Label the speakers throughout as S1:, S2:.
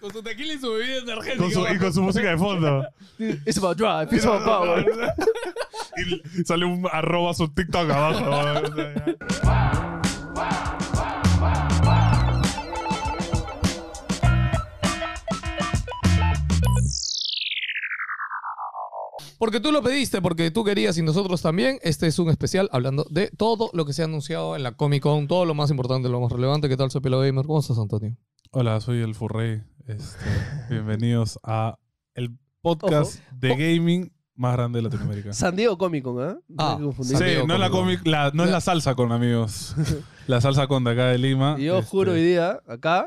S1: Con su tequila y su bebida energética.
S2: Con su, y con su música de fondo.
S3: It's about drive, it's about power.
S2: Y sale un arroba su TikTok abajo. O sea, ya.
S1: Porque tú lo pediste, porque tú querías y nosotros también. Este es un especial hablando de todo lo que se ha anunciado en la Comic Con, todo lo más importante, lo más relevante. ¿Qué tal, Sopila Gamer? ¿Cómo estás, Antonio?
S2: Hola, soy el Furrey. Este, bienvenidos a el podcast de gaming más grande de Latinoamérica.
S3: San Diego Comic Con, ¿ah? No
S1: Ah,
S3: hay que confundir.
S2: Sí,
S1: San Diego
S2: no, es la
S1: Comic
S2: comic- la- no es la salsa con amigos. La salsa con de acá de Lima.
S3: Y yo
S2: Este,
S3: juro hoy día, acá,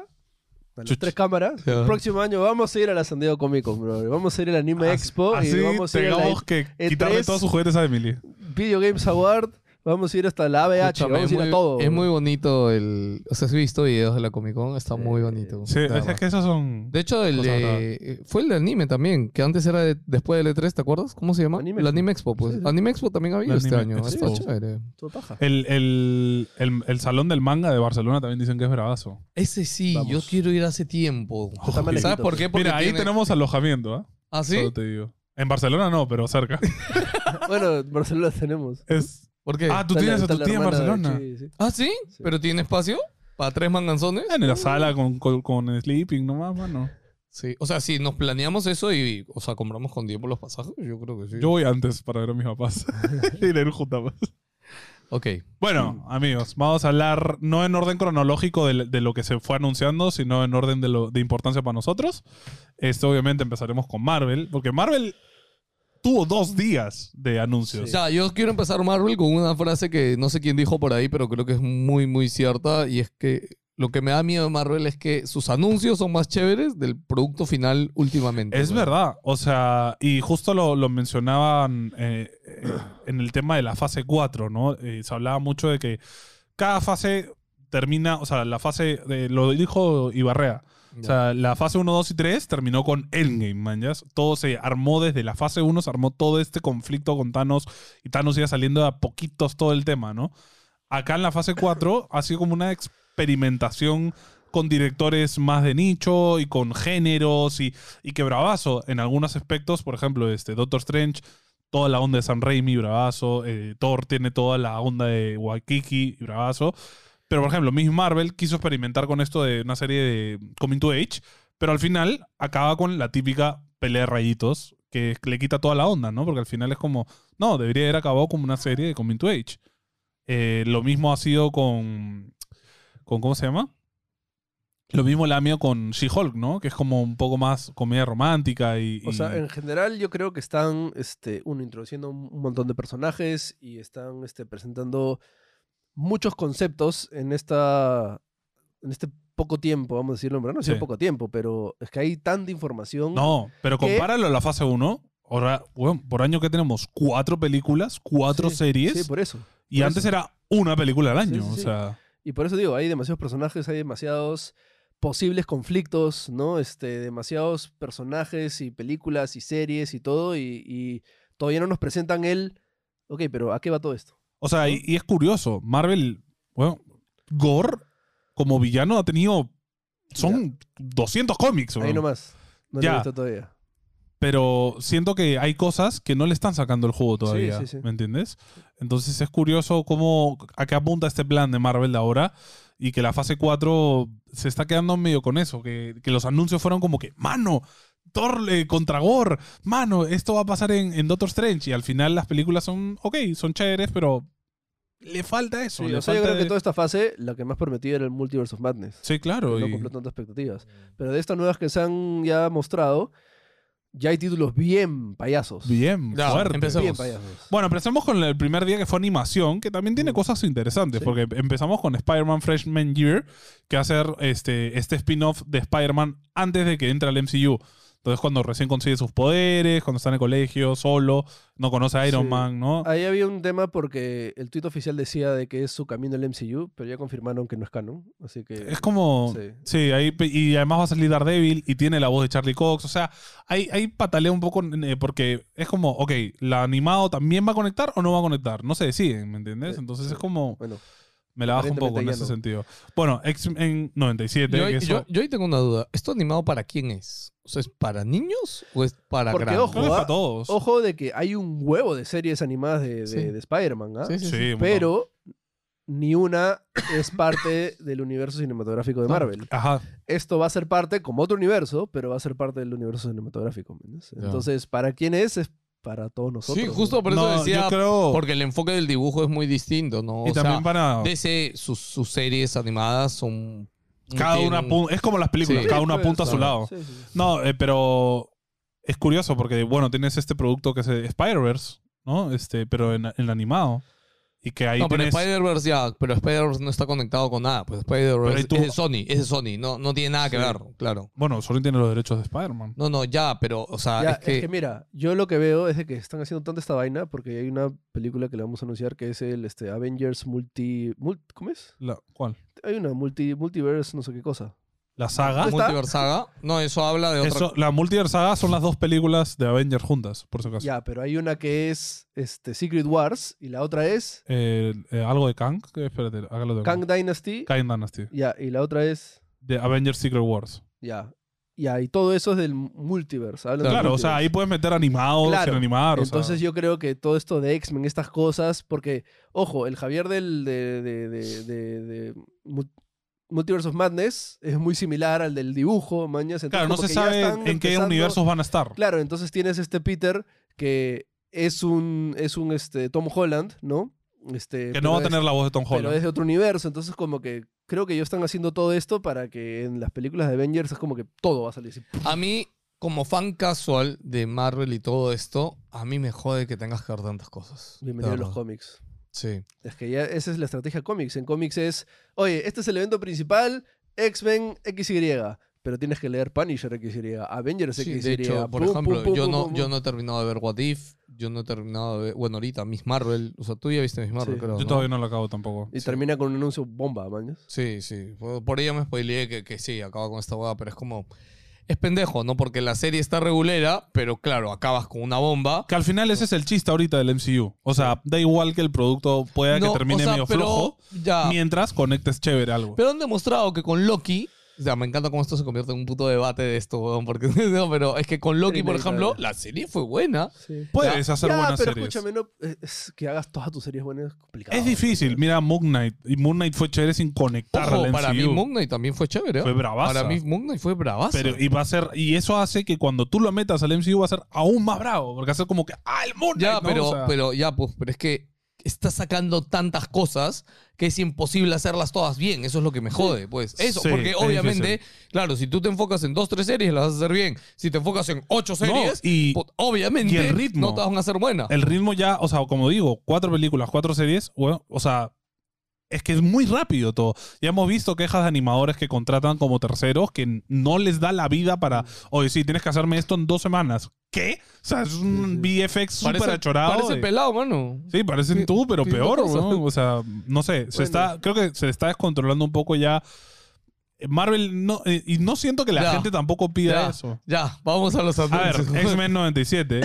S3: a las
S2: Chuch.
S3: tres cámaras,
S1: Ya.
S3: el próximo año vamos a ir a la San Diego Comic Con, brother. Vamos a ir a la Anime Expo
S2: Ah, así
S3: y vamos a ir a la E-
S2: tengamos que
S3: E3.
S2: quitarle todos sus juguetes a Emily.
S3: Video Games Award, vamos a ir hasta la ABH,
S1: Escúchame,
S3: vamos a ir
S1: muy,
S3: a todo.
S1: es muy bonito el. O sea, has visto videos de la Comic Con, está muy bonito.
S2: Sí,
S1: de
S2: es
S1: verdad.
S2: que esos son...
S1: De hecho, el
S2: Cosa
S1: de- fue el de anime también, que antes era de- después del E3, ¿te acuerdas? ¿Cómo se llama?
S3: Anime
S1: el
S3: Expo.
S1: Anime Expo, pues.
S3: Sí, sí.
S1: Anime Expo también ha habido
S2: La
S1: este
S2: Anime
S1: año. Está
S2: Expo.
S1: chévere.
S3: Todo paja.
S2: El, el, el, el salón del manga de Barcelona también dicen que es bravazo.
S1: Ese sí,
S3: Vamos.
S1: yo quiero ir hace tiempo.
S3: Está
S1: ¿Sabes
S3: mal escrito,
S1: por
S3: pues.
S1: qué? Porque
S2: Mira, ahí
S1: tiene-
S2: tenemos alojamiento, ¿ah?
S1: ¿Ah, sí?
S2: Solo te digo. En Barcelona no, pero cerca.
S3: Bueno, en Barcelona tenemos.
S2: Es-
S1: ¿Por qué?
S2: Ah, tú
S3: Está la-
S2: tienes a
S3: está
S2: tu
S3: la
S2: tía en
S3: hermana de
S2: Barcelona.
S3: Chi, sí.
S1: ¿Ah, sí?
S3: Sí.
S1: ¿Pero tiene espacio para tres manganzones?
S2: En la sala con, con, con sleeping nomás, mano.
S1: Sí. O sea, si nos planeamos eso y, o sea, compramos con tiempo los pasajes, yo creo que sí.
S2: Yo voy antes para ver a mis papás. y leer juntapas.
S1: Ok.
S2: Bueno, amigos, vamos a hablar no en orden cronológico de, de lo que se fue anunciando, sino en orden de, lo, de importancia para nosotros. Esto obviamente empezaremos con Marvel, porque Marvel tuvo dos días de anuncios.
S1: O sea, yo quiero empezar Marvel con una frase que no sé quién dijo por ahí, pero creo que es muy, muy cierta. Y es que lo que me da miedo de Marvel es que sus anuncios son más chéveres del producto final últimamente.
S2: Es
S1: ¿no?
S2: verdad, o sea, y justo lo, lo mencionaban eh, eh, en el tema de la fase 4, ¿no? Eh, se hablaba mucho de que cada fase termina, o sea, la fase, de, lo dijo Ibarrea, o sea, la fase 1, 2 y 3 terminó con Endgame, manjas. Todo se armó desde la fase 1, se armó todo este conflicto con Thanos y Thanos iba saliendo de a poquitos todo el tema, ¿no? Acá en la fase 4 ha sido como una experimentación con directores más de nicho y con géneros y, y que bravazo en algunos aspectos, por ejemplo, este Doctor Strange, toda la onda de Sam Raimi, bravazo, eh, Thor tiene toda la onda de Waikiki, bravazo. Pero, por ejemplo, Miss Marvel quiso experimentar con esto de una serie de Coming to Age, pero al final acaba con la típica pelea de rayitos que le quita toda la onda, ¿no? Porque al final es como, no, debería haber acabado como una serie de Coming to Age. Eh, lo mismo ha sido con, con, ¿cómo se llama? Lo mismo la mía con She-Hulk, ¿no? Que es como un poco más comedia romántica y...
S3: O sea,
S2: y-
S3: en general yo creo que están, este, uno, introduciendo un un montón de personajes y están este, presentando muchos conceptos en esta, en este poco tiempo, vamos a decirlo, en verdad no ha sido
S2: Sí.
S3: poco tiempo, pero es que hay tanta información.
S2: No, pero
S3: que-
S2: compáralo a la fase 1. Ahora, bueno, por año que tenemos cuatro películas, cuatro
S3: Sí,
S2: series.
S3: Sí, por eso.
S2: y
S3: por
S2: antes
S3: eso.
S2: era una película al año.
S3: Sí, sí,
S2: O
S3: sí.
S2: sea,
S3: Y por eso digo, hay demasiados personajes, hay demasiados posibles conflictos, ¿no? Este, demasiados personajes y películas y series y todo, y, y todavía no nos presentan el, ok, pero ¿a qué va todo esto?
S2: o sea y, y es curioso. Marvel, bueno, Gore como villano ha tenido. Son 200 cómics,
S3: Ahí
S2: weón.
S3: nomás. No lo he
S2: Ya.
S3: visto todavía.
S2: pero siento que hay cosas que no le están sacando el jugo todavía,
S3: sí, sí.
S2: ¿me entiendes? Entonces es curioso cómo a qué apunta este plan de Marvel de ahora y que la fase 4 se está quedando medio con eso, que, que los anuncios fueron como que, mano, Thor eh, contra Gore, mano, esto va a pasar en, en Doctor Strange y al final las películas son, ok, son chéveres, pero le falta eso.
S3: Sí,
S2: le
S3: o sea, yo
S2: falta
S3: creo que
S2: de-
S3: toda esta fase, la que más prometía era el Multiverse of Madness.
S2: Sí, claro.
S3: no
S2: y-
S3: cumplió tantas expectativas. Pero de estas nuevas que se han ya mostrado, ya hay títulos bien payasos.
S2: Bien,
S1: Ya,
S2: fuerte.
S1: empezó.
S3: Bien
S1: empecemos.
S3: payasos.
S2: Bueno, empezamos con el primer día que fue animación, que también tiene
S3: Mm.
S2: cosas interesantes,
S3: Sí.
S2: porque empezamos con Spider-Man Freshman Year, que va a ser este, este spin-off de Spider-Man antes de que entre al MCU. Entonces, cuando recién consigue sus poderes, cuando está en el colegio, solo, no conoce a Iron
S3: Sí.
S2: Man, ¿no?
S3: Ahí había un tema porque el tuit oficial decía de que es su camino al MCU, pero ya confirmaron que no es canon. Así que
S2: Es como. Sí.
S3: Sí.
S2: ahí, pe- y además va a salir Daredevil y tiene la voz de Charlie Cox. O sea, ahí, ahí patalea un poco eh, porque es como, ok, ¿la animado también va a conectar o no va a conectar? No se deciden, ¿me entiendes?
S3: Sí,
S2: Entonces
S3: sí.
S2: es como.
S3: bueno,
S2: Me la bajo un poco en
S3: Aparentemente ya
S2: ese
S3: no.
S2: sentido. Bueno, X-Men 97.
S1: Yo,
S2: que
S1: ahí-
S2: eso-
S1: yo- yo ahí tengo una duda. ¿Esto animado para quién es? O sea, ¿es para niños o es para
S3: Porque,
S1: grandes?
S2: creo que
S3: ojo,
S2: para
S3: ah,
S2: todos.
S3: Ojo de que hay un huevo de series animadas de, de-
S1: Sí.
S3: de Spider-Man, ¿ah?
S1: Sí, sí, sí.
S2: Sí, un montón.
S3: pero ni una es parte del universo cinematográfico de
S1: No.
S3: Marvel.
S2: Ajá.
S3: Esto va a ser parte, como otro universo, pero va a ser parte del universo cinematográfico. ¿me entiendes?
S1: Ya.
S3: Entonces, ¿para quién es? Es para todos nosotros.
S1: Sí,
S3: ¿no?
S1: justo por eso
S2: No,
S1: decía.
S2: yo creo.
S1: Porque el enfoque del dibujo es muy distinto, ¿no?
S2: y
S1: O sea,
S2: también para.
S1: DC, sus, sus series animadas son.
S2: Cada
S1: tienen-
S2: una apu- Es como las películas,
S1: Sí.
S2: cada una
S3: pues,
S2: apunta a su
S1: claro.
S2: lado.
S3: sí, sí, sí.
S2: No, eh, pero es curioso porque, bueno, tienes este producto que es eh, Spider-Verse, ¿no? Este, pero en, en animado. Y que ahí
S1: No, pero
S2: tienes.
S1: Spider-Verse ya, pero Spider-Verse no está conectado con nada. Pues
S2: Pero ahí
S1: Spider-Verse
S2: tú-
S1: es de Sony, es de Sony, no, no tiene nada que
S3: Sí.
S1: ver, claro.
S2: Bueno, solo tiene los derechos de Spider-Man.
S1: No, no, ya, pero, o
S2: Ah,
S1: sea,
S3: Ya,
S1: es que.
S3: mira, yo lo que veo es de que están haciendo tanta esta vaina porque hay una película que le vamos a anunciar que es el este, Avengers Multi... mul- ¿Cómo es?
S2: La- ¿Cuál?
S3: Hay una multi, multiverse, no sé qué cosa.
S2: La saga.
S3: Pues-
S1: Multiversaga. No, eso habla de Pues, otra
S2: Eso, la Multiverse Saga son las dos películas de Avengers juntas, por si acaso.
S3: Ya, pero hay una que es este, Secret Wars y la otra es
S2: Eh, eh, algo de Kang. que- Espérate, acá lo tengo.
S3: Kang Dynasty.
S2: Kang Dynasty.
S3: Ya, y la otra es.
S2: De Avengers Secret Wars.
S3: Ya. Ya, y todo eso es del multiverse. hablan del
S2: Claro, o sea,
S3: multiverse.
S2: ahí puedes meter animados,
S3: Claro.
S2: sin animar. o sea.
S3: Entonces yo creo que todo esto de X-Men, estas cosas, porque, ojo, el Javier del de, de- de- de- de Mul- Multiverse of Madness es muy similar al del dibujo, mañas. entonces
S2: claro, no
S3: como
S2: se
S3: que ya
S2: sabe
S3: están
S2: en qué
S3: empezando-
S2: universos van a estar.
S3: Claro, entonces tienes este Peter que es un, es un este, Tom Holland, ¿no? Este,
S2: que
S3: pero
S2: no va a
S3: es-
S2: tener la voz de Tom
S3: pero
S2: Holland.
S3: es de otro universo. Entonces, como que creo que ellos están haciendo todo esto para que en las películas de Avengers es como que todo va a salir así.
S1: A mí, como fan casual de Marvel y todo esto, a mí me jode que tengas que ver tantas cosas.
S3: Bienvenido a
S1: De
S3: los
S1: verdad.
S3: cómics.
S1: Sí.
S3: Es que ya esa es la estrategia cómics. En cómics es, oye, este es el evento principal, X-Men XY. Pero tienes que leer Punisher XY, Avengers
S1: Sí,
S3: XY.
S1: de hecho, por
S3: pum,
S1: ejemplo,
S3: pum, pum,
S1: yo,
S3: pum,
S1: no,
S3: pum,
S1: yo
S3: pum.
S1: no he terminado de ver What If, yo no he terminado de ver, bueno, ahorita Miss Marvel, o sea, tú ya viste Miss Marvel,
S3: Sí.
S1: creo,
S2: Yo
S1: ¿no?
S2: todavía no lo acabo tampoco.
S3: Y termina con un anuncio bomba, mañas.
S1: Sí, sí, por, por ella me spoileé que, que sí, acaba con esta hueá, pero es como, es pendejo, ¿no? Porque la serie está regulera, pero claro, acabas con una bomba.
S2: Que al final ese es el chiste ahorita del MCU. O sea, da igual que el producto pueda
S1: No,
S2: que termine
S1: o sea,
S2: medio
S1: pero
S2: flojo,
S1: ya,
S2: mientras conectes chévere algo.
S1: Pero han demostrado que con Loki. O sea, me encanta cómo esto se convierte en un puto debate de esto, weón. Porque, no, pero es que con Loki, por ejemplo, la serie fue buena.
S2: Puedes hacer
S3: Ya,
S2: buenas
S3: pero
S2: series.
S3: escúchame, no, es- es que hagas todas tus series buenas es complicado.
S2: Es difícil. Mira, Moon Knight. Y Moon Knight fue chévere sin conectar
S1: Ojo,
S2: al MCU.
S1: para mí Moon Knight también fue chévere. ¿eh?
S2: Fue bravaza.
S1: Para mí Moon Knight fue bravazo.
S2: Pero, y va a ser, y eso hace que cuando tú lo metas al MCU va a ser aún más bravo. Porque va a ser como que, ¡ah, el Moon Knight!
S1: ya,
S2: ¿no?
S1: pero,
S2: O sea,
S1: pero, ya, pues, pero es que está sacando tantas cosas que es imposible hacerlas todas bien. Eso es lo que me jode, pues. Eso,
S2: Sí,
S1: porque
S2: es
S1: obviamente, claro, si tú te enfocas en dos, tres series, las vas a hacer bien. Si te enfocas en ocho
S2: No,
S1: series,
S2: y
S1: po- ah. obviamente
S2: y el ritmo.
S1: no te van a hacer buenas.
S2: el ritmo ya, o sea, como digo, cuatro películas, cuatro series, bueno, o sea, es que es muy rápido todo. Ya hemos visto quejas de animadores que contratan como terceros que no les da la vida
S1: Mm.
S2: para, oye, sí, tienes que hacerme esto en dos semanas. ¿Qué? O sea, es un VFX súper achorado.
S1: parece
S2: de-
S1: pelado, mano.
S2: Sí, parecen tú, pero
S1: sí,
S2: peor,
S1: no pasa.
S2: weón. O sea, no sé. Se
S3: Bueno.
S2: está, creo que se está descontrolando un poco ya. Marvel, no, eh, y no siento que la
S1: Ya.
S2: gente tampoco pida
S1: Ya.
S2: eso.
S1: Ya, vamos a los
S2: A ver,
S1: anuncios.
S2: X-Men 97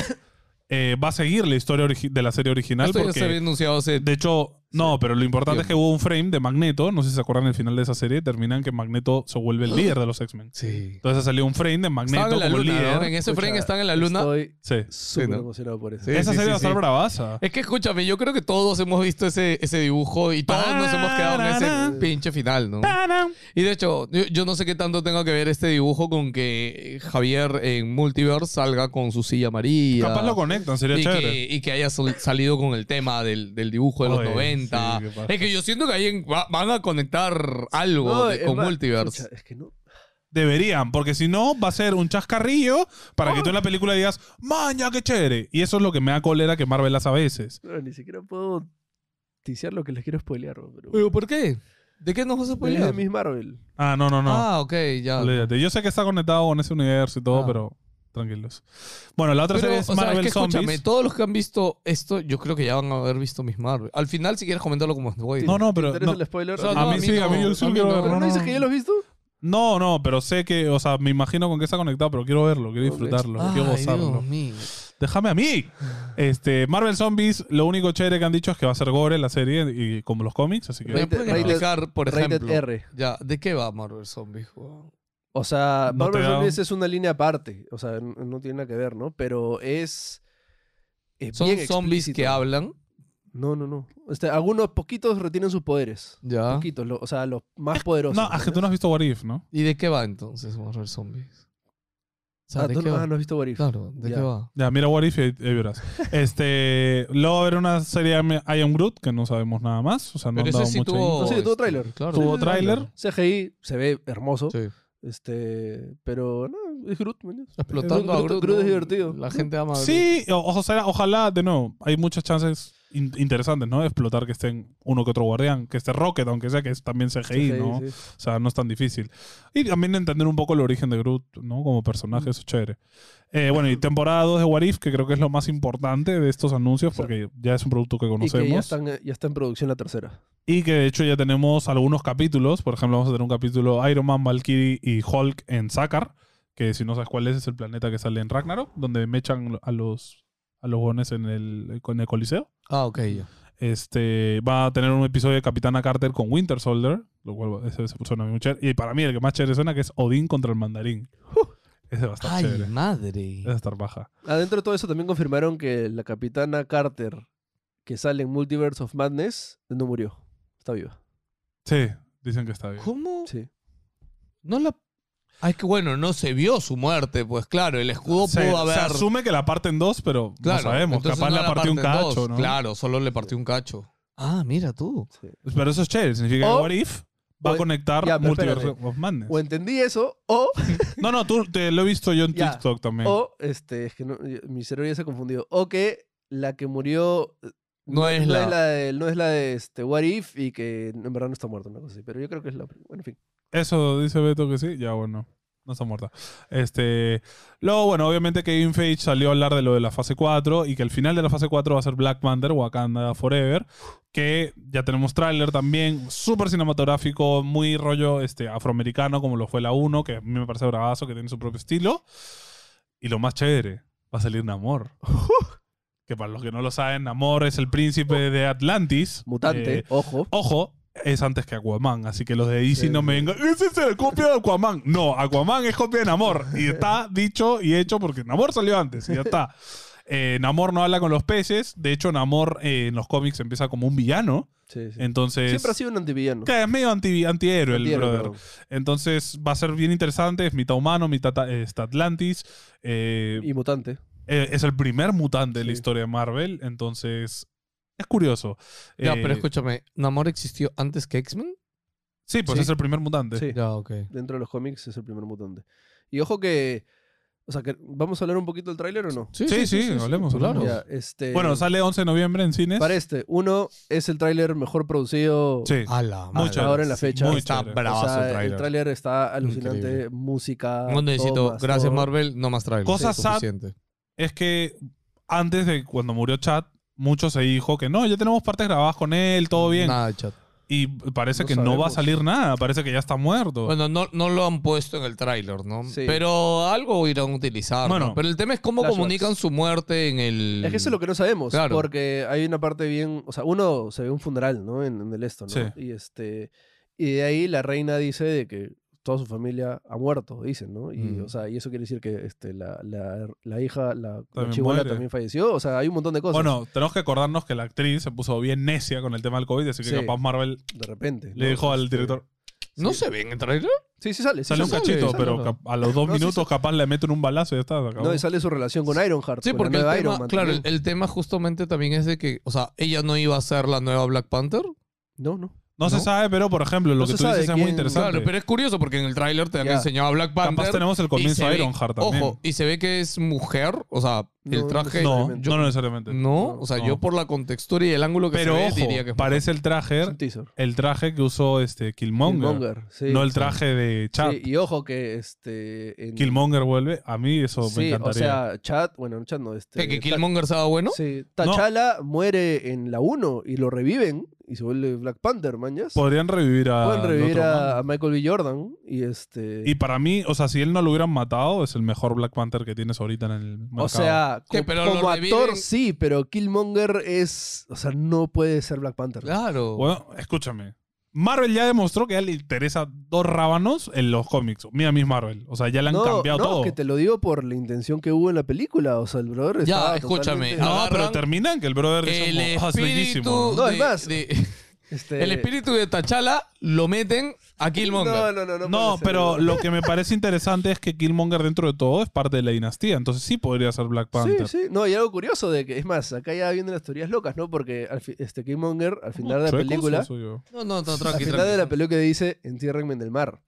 S2: eh, va a seguir la historia origi- de la serie original.
S1: Esto ya
S2: porque,
S1: se había anunciado hace...
S2: de hecho, no, pero lo importante es que
S1: Tiempo.
S2: hubo un frame de Magneto. No sé si se acuerdan el final de esa serie. Terminan que Magneto se vuelve el líder de los X-Men.
S1: Sí.
S2: Entonces salió un frame de Magneto
S1: Estaban en
S2: como
S1: la luna,
S2: líder.
S1: ¿no? En ese
S3: Escucha,
S1: frame están en la luna.
S3: Estoy
S2: Sí.
S3: súper
S1: ¿no?
S3: emocionado por eso.
S1: Sí.
S2: Esa serie va a
S1: sí,
S2: estar
S1: sí.
S2: bravaza.
S1: Es que escúchame, yo creo que todos hemos visto ese, ese dibujo y todos nos hemos quedado en ese
S2: Tararán.
S1: pinche final, ¿no? Y de hecho, yo, yo no sé qué tanto tenga que ver este dibujo con que Javier en Multiverse salga con su silla amarilla.
S2: Capaz lo conectan, sería
S1: y
S2: chévere.
S1: que, y que haya sol- salido con el tema del, del dibujo de los
S2: Oye,
S1: 90.
S2: sí, qué paja.
S1: es que yo siento que ahí en- va- van a conectar algo
S3: No,
S1: de-
S3: es
S1: con
S3: más,
S1: Multiverse.
S3: escucha, es que no.
S2: Deberían, porque si no, va a ser un chascarrillo para que tú en la película digas, ¡maña, qué chévere! Y eso es lo que me da cólera que Marvel hace a veces.
S3: Bueno, ni siquiera puedo ticiar lo que les quiero spoilear, bro, pero...
S1: ¿Pero por qué? ¿De qué nos vas a
S3: Pero es de
S1: spoilear?
S3: Miss Marvel.
S2: Ah, no, no, no.
S1: Ah, ok, ya.
S2: Olvídate. Yo sé que está conectado con ese universo y todo,
S1: Ah.
S2: pero tranquilos. Bueno, la otra
S1: Pero,
S2: serie es
S1: o sea, es
S2: Marvel
S1: que escúchame,
S2: Zombies.
S1: todos los que han visto esto, yo creo que ya van a haber visto mis Marvel. Al final, si quieres comentarlo como es
S2: No, no, pero
S3: ¿Te interesa
S2: no.
S3: el spoiler?
S1: O sea,
S2: A
S1: no,
S2: mí sí, a mí yo sí lo quiero ver.
S3: ¿Pero
S2: no,
S3: no dices
S2: no.
S3: que ya lo has visto?
S2: No, no, pero sé que, o sea, me imagino con qué está conectado, pero quiero verlo, quiero
S3: Ok.
S2: disfrutarlo,
S1: Ay,
S2: quiero gozarlo.
S1: Dios mío.
S2: Déjame a mí. Este, Marvel Zombies, lo único chévere que han dicho es que va a ser gore la serie y como los cómics, así que
S1: ¿Me
S3: Rated-
S1: pueden
S3: rated-
S1: explicar, por
S3: rated
S1: ejemplo?
S3: R.
S1: Ya, ¿de qué va Marvel Zombies? weón?
S3: O sea,
S2: No te
S3: Marvel
S2: da-
S3: Zombies es una línea aparte. O sea, n- no tiene nada que ver, ¿no? Pero es. es
S1: Son
S3: bien
S1: zombies que
S3: explícito.
S1: hablan.
S3: No, no, no. Este, algunos poquitos retienen sus poderes.
S1: Ya.
S3: Poquitos, lo- o sea, los más
S2: No,
S3: poderosos.
S2: ah, que tú no has visto What If, ¿no?
S1: ¿Y de qué va entonces Marvel Zombies? O sea,
S3: Ah,
S1: ¿de
S3: tú
S1: qué
S3: no,
S1: va?
S3: ah, no has visto What If.
S1: Claro, ¿de
S3: Ya.
S1: qué va?
S2: Ya, mira What If y ahí- ahí verás. Este, luego va a haber una serie I Am Groot que no sabemos nada más, o sea, no
S1: Pero ese
S2: han dado
S1: sí
S2: mucha
S1: tuvo...
S2: info.
S3: No, sí, tuvo
S1: este,
S3: tráiler.
S1: Claro.
S2: Tuvo tráiler.
S3: CGI se ve hermoso.
S1: Sí.
S3: Este, pero no, es Groot, man.
S1: Explotando a
S3: Groot-
S1: Groot.
S3: Groot es
S1: ¿no?
S3: divertido.
S1: La gente
S3: Ah,
S1: ama a Groot.
S2: Sí, o, o sea, ojalá, de nuevo, hay muchas chances in- interesantes, ¿no? De explotar que estén uno que otro guardián, que esté Rocket, aunque sea que es también CGI, ¿no?
S3: sí.
S2: O sea, no es tan difícil. Y también entender un poco el origen de Groot, ¿no? Como
S3: Mm.
S2: personaje, eso es chévere. Eh, bueno, y temporada 2 de Warif, que creo que es lo más importante de estos anuncios, porque ya es un producto que
S3: Y que ya,
S2: conocemos.
S3: están, eh, ya está en producción la tercera.
S2: Y que de hecho ya tenemos algunos capítulos. Por ejemplo, vamos a tener un capítulo Iron Man, Valkyrie y Hulk en Sakar, que si no sabes cuál es, es el planeta que sale en Ragnarok, donde mechan a los a los gones en el, con el coliseo.
S1: Ah, ok, ya.
S2: Este va a tener un episodio de Capitana Carter con Winter Soldier, lo cual ese, ese suena muy chévere. Y para mí el que más chévere suena que es Odín contra el Mandarín. Ese va a estar
S1: Ay,
S2: chévere. Ese
S1: madre.
S2: va a estar baja.
S3: Adentro de todo eso también confirmaron que la capitana Carter, que sale en Multiverse of Madness, no murió. Está viva.
S2: Sí, dicen que está bien.
S1: ¿Cómo?
S3: Sí.
S1: No la... Ah, es que bueno, no se vio su muerte, pues claro, el escudo
S2: Se,
S1: pudo
S2: se
S1: haber...
S2: asume que la parten dos, pero
S1: Claro,
S2: no sabemos.
S1: entonces
S2: Capaz
S1: no
S2: la partió un
S1: parten dos,
S2: cacho, ¿no?
S1: Claro, solo le partió un cacho. Ah, mira tú.
S3: sí.
S2: Pues, Pero eso es chévere. Significa
S3: O-
S2: que What If va
S3: o-
S2: a conectar
S3: ya, pero
S2: Multiverse
S3: espérate.
S2: of Madness.
S3: O entendí eso, o,
S2: No, no, tú te lo he visto yo en
S3: Ya.
S2: TikTok también.
S3: o este, es que no- mi cerebro ya se ha confundido. O que la que murió eh,
S1: No es la-
S3: de, no es la de este, What If y que en verdad no está muerta, una cosa así. Pero yo creo que es la. Bueno, en fin.
S2: Eso dice Beto que sí. Ya, bueno. No está muerta. Este. Luego, bueno, obviamente Kevin Feige salió a hablar de lo de la fase 4 y que el final de la fase 4 va a ser Black Panther, Wakanda Forever. Que ya tenemos tráiler también, súper cinematográfico, muy rollo este, afroamericano, como lo fue la 1, que a mí me parece bravazo, que tiene su propio estilo. Y lo más chévere, va a salir Namor. que para los que no lo saben, Namor es el príncipe de Atlantis.
S3: Mutante,
S2: Eh,
S3: ojo.
S2: Ojo, es antes que Aquaman, así que los de DC
S3: Sí,
S2: no me
S3: sí.
S2: vengan. Ese es el copia de Aquaman. No, Aquaman es copia de Namor. Y está dicho y hecho porque Namor salió antes y ya está. Eh, Namor no habla con los peces. De hecho, Namor eh, en los cómics empieza como un villano.
S3: Sí, sí.
S2: Entonces.
S3: Siempre ha sido un antivillano.
S2: que es medio anti, antihéroe el
S3: Antihéroe,
S2: brother.
S3: perdón.
S2: Entonces va a ser bien interesante. Es mitad humano, mitad ta- eh, está Atlantis. Eh,
S3: Y mutante.
S2: eh, es el primer mutante de la
S3: Sí.
S2: historia de Marvel. Entonces es curioso.
S1: Ya,
S2: Eh,
S1: pero escúchame, ¿Namor existió antes que X-Men?
S2: Sí, pues
S3: Sí.
S2: es el primer mutante.
S3: Sí.
S1: Ya, ok.
S3: Dentro de los cómics es el primer mutante. Y ojo que. O sea, que ¿vamos a hablar un poquito del tráiler o no?
S2: Sí, sí, hablemos, hablemos.
S3: Ya, este,
S1: Eh,
S2: Bueno, sale 11 de noviembre en cines.
S3: Para este, uno es el tráiler mejor producido
S2: Sí.
S1: A la
S2: Muy
S1: madre.
S2: chévere.
S3: ahora en la
S2: sí,
S3: fecha.
S2: muy
S1: Está
S2: chévere.
S1: bravazo
S3: O sea,
S1: el
S3: el
S1: tráiler.
S3: tráiler está alucinante,
S1: Increíble.
S3: música.
S1: No necesito.
S3: tomas,
S1: Gracias,
S3: todo.
S1: Marvel. No más trailer.
S2: Cosa sad.
S1: suficiente.
S2: Es que antes de cuando murió Chad, mucho se dijo que no, ya tenemos partes grabadas con él, todo bien.
S1: Nada de chat.
S2: Y parece
S3: No
S2: que no va a
S3: sabemos.
S2: salir nada, parece que ya está muerto.
S1: Bueno, no, no lo han puesto en el tráiler, ¿no?
S3: Sí.
S1: Pero algo irán a utilizar. ¿no?
S2: Bueno.
S1: Pero el tema es cómo
S3: Flashbacks.
S1: comunican su muerte en el.
S3: Es que eso es lo que no sabemos,
S1: Claro.
S3: porque hay una parte bien, o sea, uno se ve un funeral, ¿no? En, en el esto, ¿no?
S2: Sí.
S3: Y este y de ahí la reina dice de que toda su familia ha muerto, dicen, ¿no? Y
S1: Mm.
S3: o sea, y eso quiere decir que este la, la, la hija, la, la
S2: También
S3: chibola
S2: muere.
S3: también falleció, o sea, hay un montón de cosas
S2: Bueno, tenemos que acordarnos que la actriz se puso bien necia con el tema del COVID, así que
S3: Sí.
S2: capaz Marvel
S3: de repente.
S2: le
S3: ¿no?
S2: dijo al
S3: Este,
S2: director,
S1: ¿No
S3: sí.
S1: se ve en el tráiler?
S3: Sí, sí sale. sí
S2: sale un
S1: sale,
S2: cachito,
S1: sale,
S2: pero
S1: ¿no?
S2: cap- a los dos
S3: No, sí
S2: minutos
S3: sale.
S2: capaz le meten un balazo y ya está. se acabó.
S3: No, y sale su relación con Ironheart.
S1: Sí,
S3: con la
S1: porque el
S3: nueva
S1: tema,
S3: Iron Man
S1: claro, el,
S3: también.
S1: el tema justamente también es de que, o sea, ella no iba a ser la nueva Black Panther.
S3: No, no.
S2: No se
S1: ¿no?
S2: sabe, pero por ejemplo, lo
S3: No
S2: que
S3: se
S2: tú
S3: sabe
S2: dices es muy
S3: quién-
S2: interesante.
S1: Claro, pero es curioso porque en el tráiler te han
S3: Ya.
S1: enseñado a Black Panther.
S2: capaz tenemos el
S1: y se
S2: comienzo de
S1: ve-
S2: Ironheart también.
S1: Ojo, y se ve que es mujer, o sea,
S3: No,
S1: el
S3: no
S1: traje.
S2: no,
S3: necesariamente.
S2: no necesariamente.
S1: No, o sea,
S2: No.
S1: yo por la contextura y el ángulo que
S2: Pero
S1: se ve
S2: ojo,
S1: diría que es
S2: parece el traje,
S3: Es un teaser.
S2: el traje que usó este Killmonger,
S3: Killmonger, sí.
S2: no el traje de Chad.
S3: Sí, y ojo que este. en-
S2: Killmonger vuelve, a mí eso me
S3: Sí, o
S2: encantaría.
S3: sea, Chad, bueno, Chad no, este.
S1: ¿Que, que
S3: Ta-
S1: Killmonger sea bueno?
S3: Sí, T'Challa muere en la 1 y lo reviven y se vuelve Black Panther, man. ¿ya?
S2: Podrían revivir a.
S3: Pueden
S2: al
S3: revivir
S2: Pues, ah, otro
S3: a,
S2: man.
S3: a Michael B. Jordan y este.
S2: Y para mí, o sea, si él no lo hubieran matado, es el mejor Black Panther que tienes ahorita en el mercado.
S3: o sea,
S1: Sí,
S3: co-
S1: pero lo
S3: como actor
S1: reviven-
S3: sí, pero Killmonger es. O sea, no puede ser Black Panther.
S1: Claro.
S2: Bueno, escúchame. Marvel ya demostró que a él le interesa dos rábanos en los cómics. Mira Miss Marvel. O sea, ya le han
S3: no,
S2: cambiado
S3: no,
S2: todo.
S3: que te lo digo por la intención que hubo en la película. O sea, el brother
S1: Ya,
S3: estaba
S1: escúchame,
S3: totalmente-
S2: No,
S1: Agarran-
S2: pero terminan que el brother
S1: El
S2: dice, "Oh, es
S1: espíritu.
S2: bellísimo. ¿no?
S3: No,
S1: de-
S3: es más.
S1: de-
S3: este-
S1: el espíritu de T'Challa lo meten a Killmonger.
S3: No, no, no. No,
S2: No,
S3: puede ser,
S2: pero
S3: bro.
S2: lo que me parece interesante es que Killmonger dentro de todo es parte de la dinastía. Entonces sí podría ser Black Panther.
S3: Sí, sí. No, y algo curioso de que, es más, acá ya vienen las teorías locas, ¿no? Porque al fi- este Killmonger,
S2: ¿Cómo
S3: al final de la
S2: chuecos
S3: película,
S2: o soy yo?
S1: No, no, no,
S3: al
S1: tranqui,
S3: final
S1: tranqui.
S3: de la película dice, entiérrenme en el mar.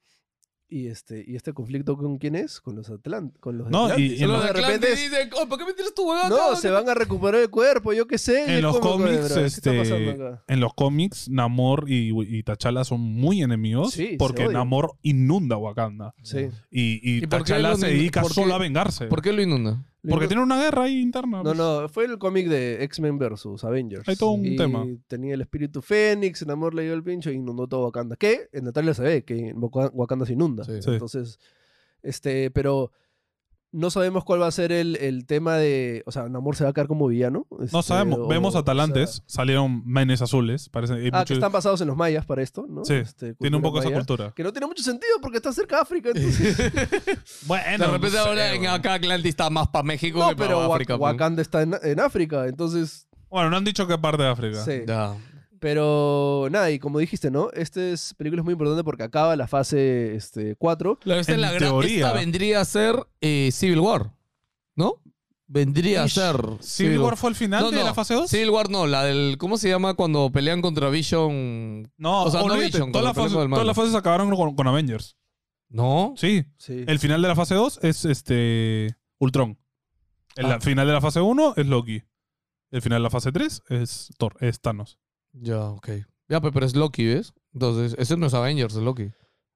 S3: Y este, y este conflicto con quién es? Con los Atlantes. Con los de
S2: No, y-
S3: Atlantis,
S2: y en
S1: Solo
S3: ¿no?
S1: de
S3: de repente
S1: repente
S3: es,
S1: dicen, "Oh, ¿por qué me tiras tu huevada?
S3: no, se van a recuperar el cuerpo, yo qué sé. y
S2: En
S3: es
S2: los
S3: como que,
S2: cómics,
S3: bro, ¿qué está
S2: este,
S3: pasando acá?
S2: en los cómics, Namor y, y T'Challa son muy enemigos
S3: Sí, se
S2: porque
S3: odian.
S2: Namor inunda Wakanda.
S3: Sí.
S2: Y, y,
S1: ¿Y por qué
S2: T'Challa
S1: lo
S2: se
S1: inu-
S2: dedica
S1: por qué-
S2: solo a vengarse.
S1: ¿Por qué lo inunda?
S2: Porque tiene una guerra ahí interna.
S3: No,
S2: pues.
S3: no, fue el cómic de X-Men versus Avengers.
S2: Hay todo un
S3: Y
S2: tema.
S3: Tenía el espíritu Fénix, el amor le dio el pincho y inundó todo Wakanda. Que en Natalia se ve que en Waka- Wakanda se inunda.
S1: Sí.
S2: Sí.
S3: Entonces, este, pero no sabemos cuál va a ser el, el tema de. O sea, Namor se va a quedar como villano.
S2: No
S3: este,
S2: sabemos.
S3: o-
S2: Vemos atalantes.
S3: o sea,
S2: salieron menes azules. Parece, hay
S3: ah,
S2: mucho-
S3: que están basados en los mayas para esto, ¿no?
S2: Sí,
S3: Este,
S2: tiene un
S3: cultura
S2: poco esa
S3: maya,
S2: cultura.
S3: Que no tiene mucho sentido porque está cerca de África. entonces-
S2: Bueno,
S1: De repente
S2: no sé,
S1: ahora en
S2: bueno.
S1: acá Atlantis está más para México
S3: no,
S1: que
S3: pero
S1: para
S3: Wa-
S1: África. pues.
S3: Wakanda está en, en África, entonces.
S2: Bueno, no han dicho qué parte de África.
S3: sí.
S1: Ya.
S3: Pero nada, y como dijiste, ¿no? Esta es, película es muy importante porque acaba la fase este, 4.
S1: La, esta, es
S2: En
S1: la gran-
S2: teoría.
S1: esta vendría a ser eh, Civil War, ¿no? Vendría a
S2: Ish.
S1: ser.
S2: ¿Civil War fue el final
S1: No,
S2: de
S1: no.
S2: la fase 2?
S1: Civil War no, la del. ¿Cómo se llama cuando pelean contra Vision?
S2: No,
S1: O sea, no
S2: olvídate,
S1: Vision, cuando
S2: todas, las
S1: peleó
S2: fases,
S1: con el
S2: todas
S1: malo.
S2: las fases acabaron con, con Avengers.
S1: ¿No?
S2: Sí.
S3: Sí.
S2: El final de la fase 2 es este Ultron. El
S1: Ah.
S2: final de la fase 1 es Loki. El final de la fase 3 es Thor, es Thanos.
S1: Ya, ok. Ya, pe- pero es Loki, ¿ves? Entonces, ese no es Avengers, es Loki.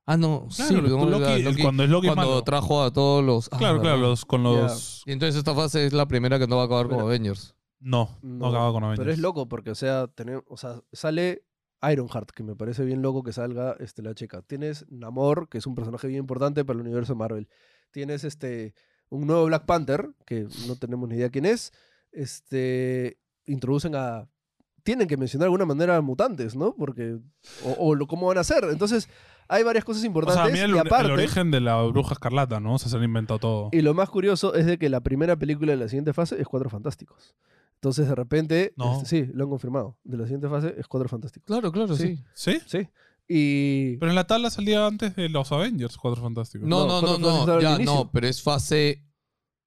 S1: Ah, no, sí,
S2: Claro,
S1: perdón,
S2: Loki-
S1: la-
S2: el-
S1: Loki-
S2: cuando es Loki es
S1: cuando
S2: malo.
S1: trajo a todos los. ah,
S2: claro, claro,
S1: verdad.
S2: los, con los...
S1: Y entonces esta fase es la primera que no va a acabar con
S3: Pero-
S1: Avengers.
S2: No, no,
S3: No,
S2: acaba con Avengers.
S3: Pero es loco porque, o sea, tenemos, o sea, sale Ironheart, que me parece bien loco que salga este, la chica. Tienes Namor, que es un personaje bien importante para el universo de Marvel. Tienes este, un nuevo Black Panther, que no tenemos ni idea quién es. Este, introducen a... Tienen que mencionar de alguna manera a mutantes, ¿no? Porque... O, o lo- cómo van a hacer. Entonces, hay varias cosas
S2: O
S3: importantes.
S2: sea, mira el,
S3: y
S2: el
S3: aparte,
S2: origen de la bruja escarlata, ¿no? O sea, se han inventado todo.
S3: Y lo más curioso es de que la primera película de la siguiente fase es Cuatro Fantásticos. Entonces, de repente,
S2: No.
S3: este, sí, lo han confirmado. De la siguiente fase es Cuatro Fantásticos.
S1: Claro, claro,
S3: Sí.
S1: sí.
S2: ¿Sí?
S3: Sí. Y
S2: Pero en la tabla salía antes de los Avengers, Cuatro Fantásticos.
S1: No, no,
S3: No, Cuatro
S1: no,
S3: Fantásticos
S1: no.
S3: al
S1: Ya,
S3: inicio.
S1: no, pero es fase.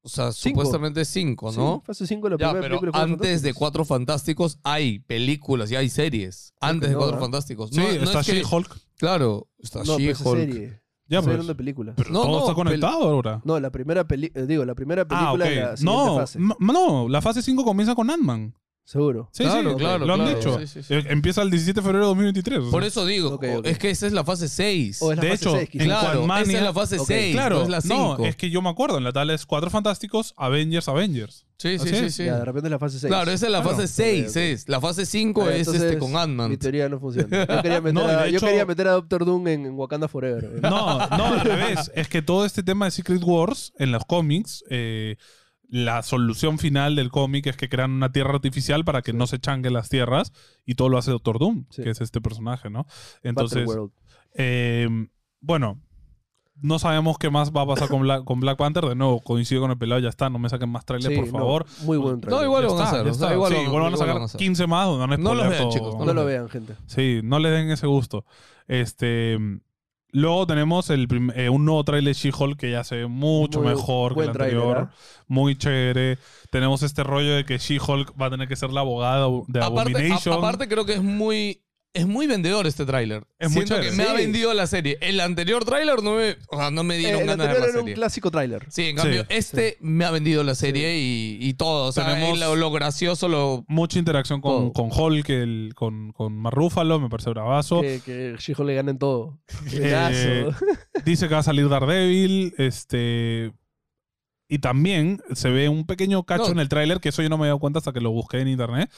S1: O sea,
S3: Cinco.
S1: supuestamente 5,
S3: sí,
S1: ¿no?
S3: fase 5 de la
S1: Ya,
S3: primera
S1: pero
S3: película. de Cuatro
S1: antes de
S3: Fantásticos.
S1: Cuatro Fantásticos hay películas y hay series.
S3: Creo
S1: Antes
S3: que
S1: de
S3: no,
S1: Cuatro
S3: ¿ah?
S1: Fantásticos.
S2: Sí,
S1: No- no
S2: está
S1: es que-
S2: She-Hulk.
S1: Claro, está
S3: No, pero es
S1: She-Hulk. pues.
S3: serie.
S2: Ya, pero,
S3: Estoy hablando de películas.
S2: pero
S1: No,
S2: todo
S1: no,
S2: está conectado ahora.
S3: No, la primera peli eh, digo, la primera
S2: Ah, ok.
S3: película de la siguiente
S2: No,
S3: fase.
S2: m- no, la fase 5 comienza con Ant-Man.
S3: Seguro.
S2: Sí,
S1: Claro,
S2: sí,
S1: claro,
S2: lo han
S1: claro.
S2: dicho.
S1: Sí, sí, sí.
S2: Eh, Empieza el 17 de febrero de 2023.
S1: Por eso digo,
S3: Ok, ok.
S1: es que esa es la fase 6.
S3: O es la
S2: de
S3: fase
S2: hecho,
S3: seis, quizás.
S2: en
S1: Claro, esa
S2: Quadmania-
S1: es la fase
S3: Ok.
S1: 6,
S2: Claro,
S1: no es la 5.
S2: es que yo me acuerdo, en la tabla es Cuatro Fantásticos, Avengers, Avengers.
S1: Sí, sí,
S2: así
S1: sí.
S2: es.
S1: sí.
S3: Ya, de repente es la fase 6.
S1: Claro, esa es la
S2: Claro.
S1: fase 6.
S3: Ok, ok.
S1: es. La fase 5 es este con
S3: Mi
S1: Ant-Man.
S3: teoría no funciona. Yo quería meter,
S2: No, y de
S3: a, yo
S2: hecho-
S3: quería meter a Doctor Doom en, en Wakanda Forever. ¿eh?
S2: No, no, al revés. Es que todo este tema de Secret Wars en los cómics, eh, la solución final del cómic es que crean una tierra artificial para que no se chanquen las tierras y todo lo hace Doctor Doom,
S3: Sí.
S2: que es este personaje, ¿no? Entonces,
S3: Battleworld.
S2: eh, bueno, no sabemos qué más va a pasar con Black, con Black Panther. De nuevo, coincido con el pelado, ya está, no me saquen más trailers,
S3: Sí,
S2: por
S3: no,
S2: favor.
S3: muy buen trailer.
S1: No, igual
S2: Ya
S1: lo van a
S2: está,
S1: hacer.
S2: ya
S1: o sea,
S2: está.
S1: igual
S2: Sí,
S1: lo-
S2: igual van a
S1: igual
S2: sacar
S1: lo van a hacer.
S2: 15 más donde van a
S1: No lo
S2: spoilear
S1: vean,
S2: todo.
S1: chicos,
S3: No lo vean, gente.
S2: Sí, no le den ese gusto. Este. Luego tenemos el prim- eh, un nuevo trailer de She-Hulk que ya se ve mucho
S3: Muy
S2: mejor que el
S3: buen tráiler,
S2: anterior.
S3: ¿ah?
S2: Muy chévere. Tenemos este rollo de que She-Hulk va a tener que ser la abogada
S1: Aparte,
S2: de
S1: a-
S2: Abomination.
S1: aparte creo que es muy es muy vendedor este tráiler.
S2: Es muy
S1: Siento que
S2: chévere.
S1: me ha
S3: Sí.
S1: vendido la serie. El anterior tráiler no me, o sea, no me
S3: Eh,
S1: dieron
S3: el
S1: ganas de ver
S3: anterior
S1: la
S3: era un
S1: serie.
S3: clásico tráiler.
S1: Sí, en cambio,
S2: Sí,
S1: este me ha vendido la serie y, y todo. O sea,
S2: Tenemos-
S1: lo, lo gracioso, lo...
S2: Mucha interacción con,
S1: Todo.
S2: con Hulk, el- con, con Mark Ruffalo, me parece bravazo.
S3: Que, que She-Hulk le gane en todo.
S2: Eh,
S3: Pedazo.
S2: Dice que va a salir Daredevil. Este. Y también se ve un pequeño cacho
S1: No.
S2: en el tráiler, que eso yo no me he dado cuenta hasta que lo busqué en internet.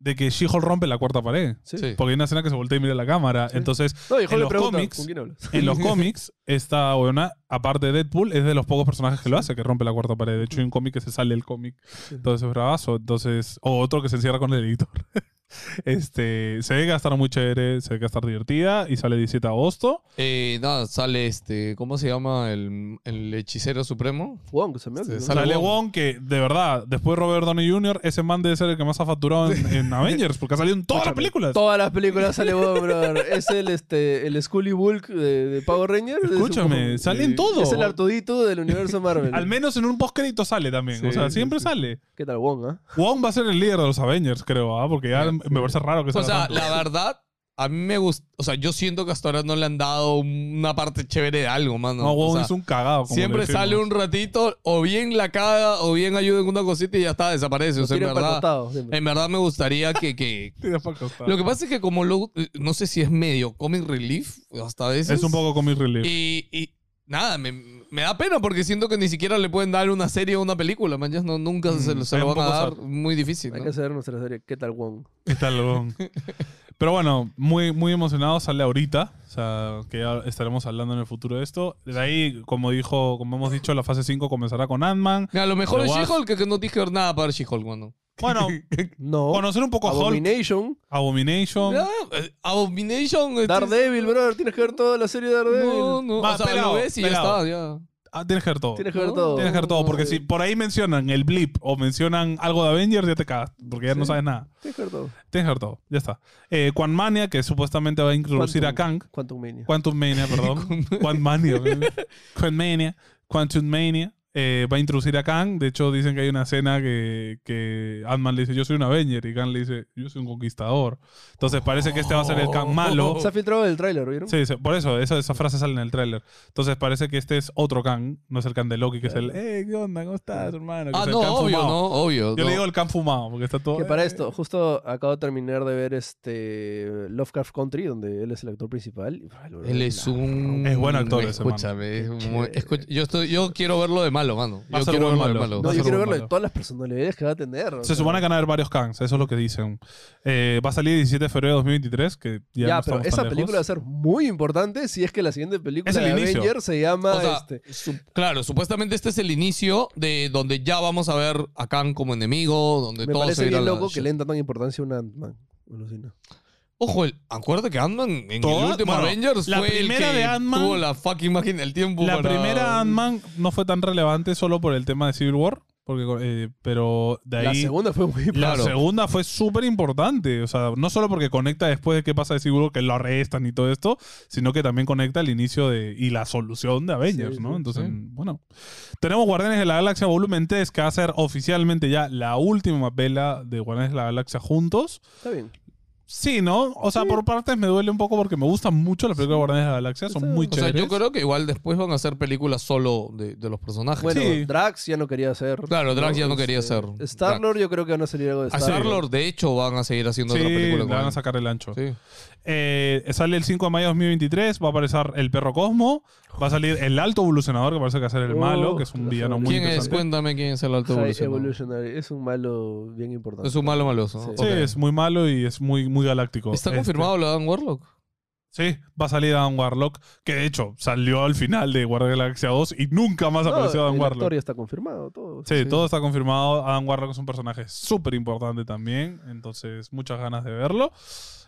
S2: de que She-Hulk rompe la cuarta pared.
S3: Sí.
S1: Sí.
S2: Porque hay una escena que se voltea y mira la cámara.
S3: Sí.
S2: Entonces,
S3: No, y Hulk
S2: En
S3: le
S2: los
S3: pregunta,
S2: cómics-
S3: ¿con quién hablas?
S2: en los cómics, esta weona, aparte de Deadpool, es de los pocos personajes que lo hace, que rompe la cuarta pared. De hecho, hay un cómic que se sale el cómic. Entonces, es bravazo. Entonces, o otro que se encierra con el editor. este, se ve que va a estar muy chévere, se ve que va a estar divertida y sale el 17 de agosto.
S1: Eh, nada, sale este. ¿Cómo se llama el, el hechicero supremo?
S3: Wong, se me hace,
S1: Sí,
S3: ¿no?
S1: sale-
S2: Sale
S1: Wong.
S2: Wong, que de verdad, después de Robert Downey Jr., ese man debe ser el que más ha facturado en, en Avengers, porque ha salido en todas las
S3: Escúchame,
S2: películas.
S3: Todas las películas sale Wong, brother. Es el, este, el Scully Bulk de, de Power Rangers. Es un-
S2: Escúchame, sale en
S1: eh,
S2: todo.
S3: Es el Artudito del universo Marvel.
S2: Al menos en un postcrédito sale también.
S1: Sí,
S2: o sea,
S1: sí,
S2: siempre
S1: sí.
S2: sale.
S3: ¿Qué tal Wong, ah?
S2: Wong va a ser el líder de los Avengers, creo, ¿ah? porque ya
S1: Sí,
S2: me parece raro que
S1: O
S2: salga
S1: sea,
S2: tanto.
S1: la verdad, a mí me gusta. O sea, yo siento que hasta ahora no le han dado una parte chévere de algo, mano.
S2: No,
S1: O
S2: Wong
S1: sea,
S2: es un cagado. como le
S1: Siempre
S2: decimos.
S1: sale un ratito, o bien la caga, o bien ayuda en una cosita y ya está, desaparece. O sea, en
S3: Tiran para el
S1: verdad,
S3: costado, siempre.
S1: en verdad me gustaría que, que-
S2: Tira pa'l costado.
S1: Lo que pasa es que como lo, no sé si es medio comic relief, hasta a veces.
S2: Es un poco comic relief.
S1: Y, y nada, me, me da pena porque siento que ni siquiera le pueden dar una serie o una película, man. ya no, nunca
S2: Mm,
S1: se, lo- se
S2: es
S1: lo
S2: un
S1: van a
S2: poco
S1: dar.
S2: sad.
S1: Muy difícil.
S3: Hay
S1: ¿no?
S3: que hacer nuestra serie. ¿Qué tal Wong?
S2: Está el Wong. Pero bueno, muy, muy emocionado, sale ahorita. O sea, que ya estaremos hablando en el futuro de esto. De ahí, como dijo, como hemos dicho, la fase 5 comenzará con Ant-Man.
S1: Mira, lo mejor
S2: Pero
S1: es
S2: vas-
S1: She-Hulk que, que no dije nada para She-Hulk, mano.
S2: Bueno,
S3: No.
S2: conocer un poco a Hulk,
S3: Abomination.
S2: Abomination.
S1: Ya, eh, Abomination. eh,
S3: Daredevil, brother. Tienes que ver toda la serie de Daredevil.
S1: No, no.
S2: Va,
S1: o sea,
S2: pelado,
S1: lo ves y
S2: pelado.
S1: ya está, ya.
S2: Ah, tienes que ver todo. Tienes
S3: Tienes que ver
S1: No,
S3: todo.
S2: que ver todo, porque si por ahí mencionan el blip o mencionan algo de Avengers, ya te cagas, porque ya no
S3: Sí.
S2: sabes nada.
S3: Tienes que ver todo.
S2: Tienes que ver todo, ya está. Eh, Quanmania, que supuestamente va a introducir a
S3: Quantum-
S2: Kang.
S3: Quantum Mania.
S2: Quantum Mania, perdón. Quantumania. Quantumania. Quantum Mania. eh, va a introducir a Kang. De hecho, dicen que hay una escena que, que Ant-Man le dice, yo soy un Avenger. Y Kang le dice, yo soy un conquistador. Entonces parece que este va a ser el Kang malo.
S3: Se ha filtrado el tráiler, ¿vieron?
S2: Sí, sí, por eso, esa, esa frase sale en el tráiler. Entonces parece que este es otro Kang, no es el Kang de Loki, que es el, eh, ¿qué onda? ¿Cómo estás, hermano? Que
S1: Ah,
S2: es el
S1: no,
S2: Kang
S1: obvio,
S2: fumado.
S1: no, obvio.
S2: Yo
S1: no.
S2: le digo el Kang fumado, porque está todo...
S3: Que para
S2: "Eh".
S3: esto, justo acabo de terminar de ver este Lovecraft Country, donde él es el actor principal. Y, ay, lo-
S1: Él es
S3: la-
S1: un.
S2: Es buen actor ese, mano.
S1: Escúchame. es
S3: Qué
S1: muy-
S3: chévere.
S1: escucha- yo, estoy, yo quiero verlo de malo, mano.
S2: Va a
S1: Yo
S2: ser
S1: quiero
S2: buen
S1: verlo de
S2: malo.
S1: malo.
S2: Va
S3: No,
S2: a
S3: yo
S2: ser
S3: quiero
S2: un
S3: verlo de
S2: malo.
S3: todas las personalidades que va a tener. o
S2: eh, Se
S3: sea.
S2: supone que van a haber varios Kangs, eso es lo que dicen. Eh, va a salir el 17 de febrero de 2023, que ya,
S3: Ya,
S2: no
S3: pero
S2: estamos
S3: esa
S2: tan
S3: película va a
S2: lejos.
S3: ser muy importante si es que la siguiente película
S2: Es el
S3: de
S2: inicio.
S3: Avengers se llama
S1: O sea,
S3: este,
S1: su- claro, supuestamente este es el inicio de donde ya vamos a ver a Khan como enemigo, donde
S3: Me
S1: todo
S3: parece
S1: se irá a
S3: bien
S1: la
S3: loco que
S1: shit.
S3: le den tanta importancia a un Ant-Man. Alucina.
S1: Ojo, el, acuérdate que Ant-Man en
S2: Toda-
S1: el último
S2: bueno,
S1: Avengers
S2: la
S1: fue
S2: primera
S1: el que
S2: de Ant-Man-
S1: tuvo la fucking máquina del tiempo
S2: La
S1: para-
S2: primera Ant-Man no fue tan relevante solo por el tema de Civil War, porque, eh, pero de ahí...
S3: La segunda fue muy
S2: La
S1: Claro.
S2: segunda fue súper importante. O sea, no solo porque conecta después de qué pasa de seguro que lo arrestan y todo esto, sino que también conecta el inicio de, y la solución de Avengers,
S3: Sí,
S2: ¿no?
S3: sí,
S2: Entonces,
S1: sí.
S2: bueno. Tenemos Guardianes de la Galaxia Volumen 3, que va a ser oficialmente ya la última vela de Guardianes de la Galaxia juntos.
S3: Está bien.
S2: Sí, ¿no? O sea, por partes me duele un poco porque me gustan mucho las películas de Guardianes de la Galaxia, son
S3: Está-
S2: muy
S1: O sea,
S2: chéveres.
S1: yo creo que igual después van a hacer películas solo de, de los personajes.
S3: Bueno,
S2: Sí.
S3: Drax ya no quería hacer.
S1: Claro, Drax ya no quería
S3: Este,
S1: hacer.
S3: Star-Lord yo creo que van a salir algo de
S1: a
S3: Star-Lord.
S1: Star-Lord, de hecho, van a seguir haciendo
S2: Sí,
S1: otra película.
S2: le
S1: con
S2: van a
S1: él.
S2: sacar el ancho.
S1: Sí.
S2: Eh, sale el 5 de mayo de 2023, va a aparecer el perro Cosmo, va a salir el alto evolucionador, que parece que va a ser el
S3: Oh,
S2: malo, que es un
S3: la
S2: villano
S3: joder.
S2: muy
S1: ¿Quién es?
S2: interesante.
S1: Cuéntame quién es el alto
S3: High
S1: evolucionador.
S3: Evolutionary. Es un malo bien importante.
S1: Es un malo maloso. ¿no?
S3: Sí.
S1: Ok.
S2: Sí, es muy malo y es muy, muy galáctico.
S1: ¿Está
S2: Este,
S1: confirmado lo de Dan Warlock?
S2: Sí, va a salir Adam Warlock, que de hecho salió al final de Guardia de la Galaxia 2 y nunca más
S3: No,
S2: apareció Adam
S3: el actor
S2: Warlock.
S3: ya está confirmado. Todo.
S2: Sí,
S1: Sí.
S2: todo está confirmado. Adam Warlock es un personaje súper importante también, entonces muchas ganas de verlo.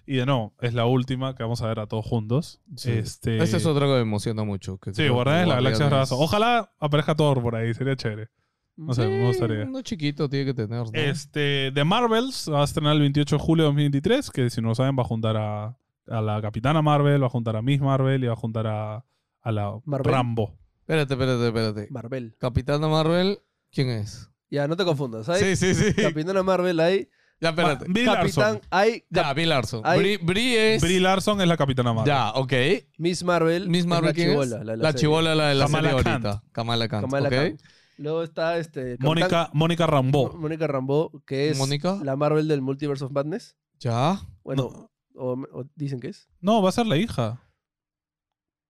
S2: Y de nuevo, es la última que vamos a ver a todos juntos.
S1: Sí.
S2: Este,
S1: Ese es otro que me emociona mucho. que
S2: Sí,
S1: creo que
S2: Guardianes de la Galaxia es
S1: Guardianes-
S2: bravazo. Ojalá aparezca Thor por ahí, sería chévere. No sé, me
S1: Sí,
S2: gustaría.
S1: Uno chiquito tiene que tener. ¿no?
S2: Este, The Marvels va a estrenar el 28 de julio de 2023, que si no lo saben va a juntar a, a la Capitana Marvel, va a juntar a Miss Marvel y va a juntar a, a la
S3: Marvel.
S2: Rambo.
S1: Espérate, espérate, espérate.
S3: Marvel.
S1: Capitana Marvel, ¿quién es?
S3: Ya, no te confundas. Hay
S1: sí, sí.
S3: Capitana Marvel, hay
S1: Ya, espérate.
S2: Ma- Brie
S3: Capitán,
S2: Larson.
S3: hay
S1: Ya, Bill Larson.
S3: Hay-
S1: Bri, Bri es...
S2: Brie Larson es la Capitana Marvel.
S1: Ya, ok.
S3: Miss Marvel.
S1: Miss
S3: es
S1: Marvel,
S3: la
S1: ¿quién es?
S3: chibola. La, de la
S1: La
S3: serie.
S1: chibola, la de la
S2: Kamala
S1: serie
S2: Khan.
S1: ahorita. Kamala Khan.
S3: Kamala
S1: ok.
S3: Khan. Luego está este. Capitán-
S2: Mónica, Mónica
S3: Mo-
S2: Rambo.
S3: Mónica Rambeau, que es
S1: ¿Mónica?
S3: la Marvel del Multiverse of Madness.
S1: Ya.
S3: Bueno, o, o dicen que es.
S2: No, va a ser la hija.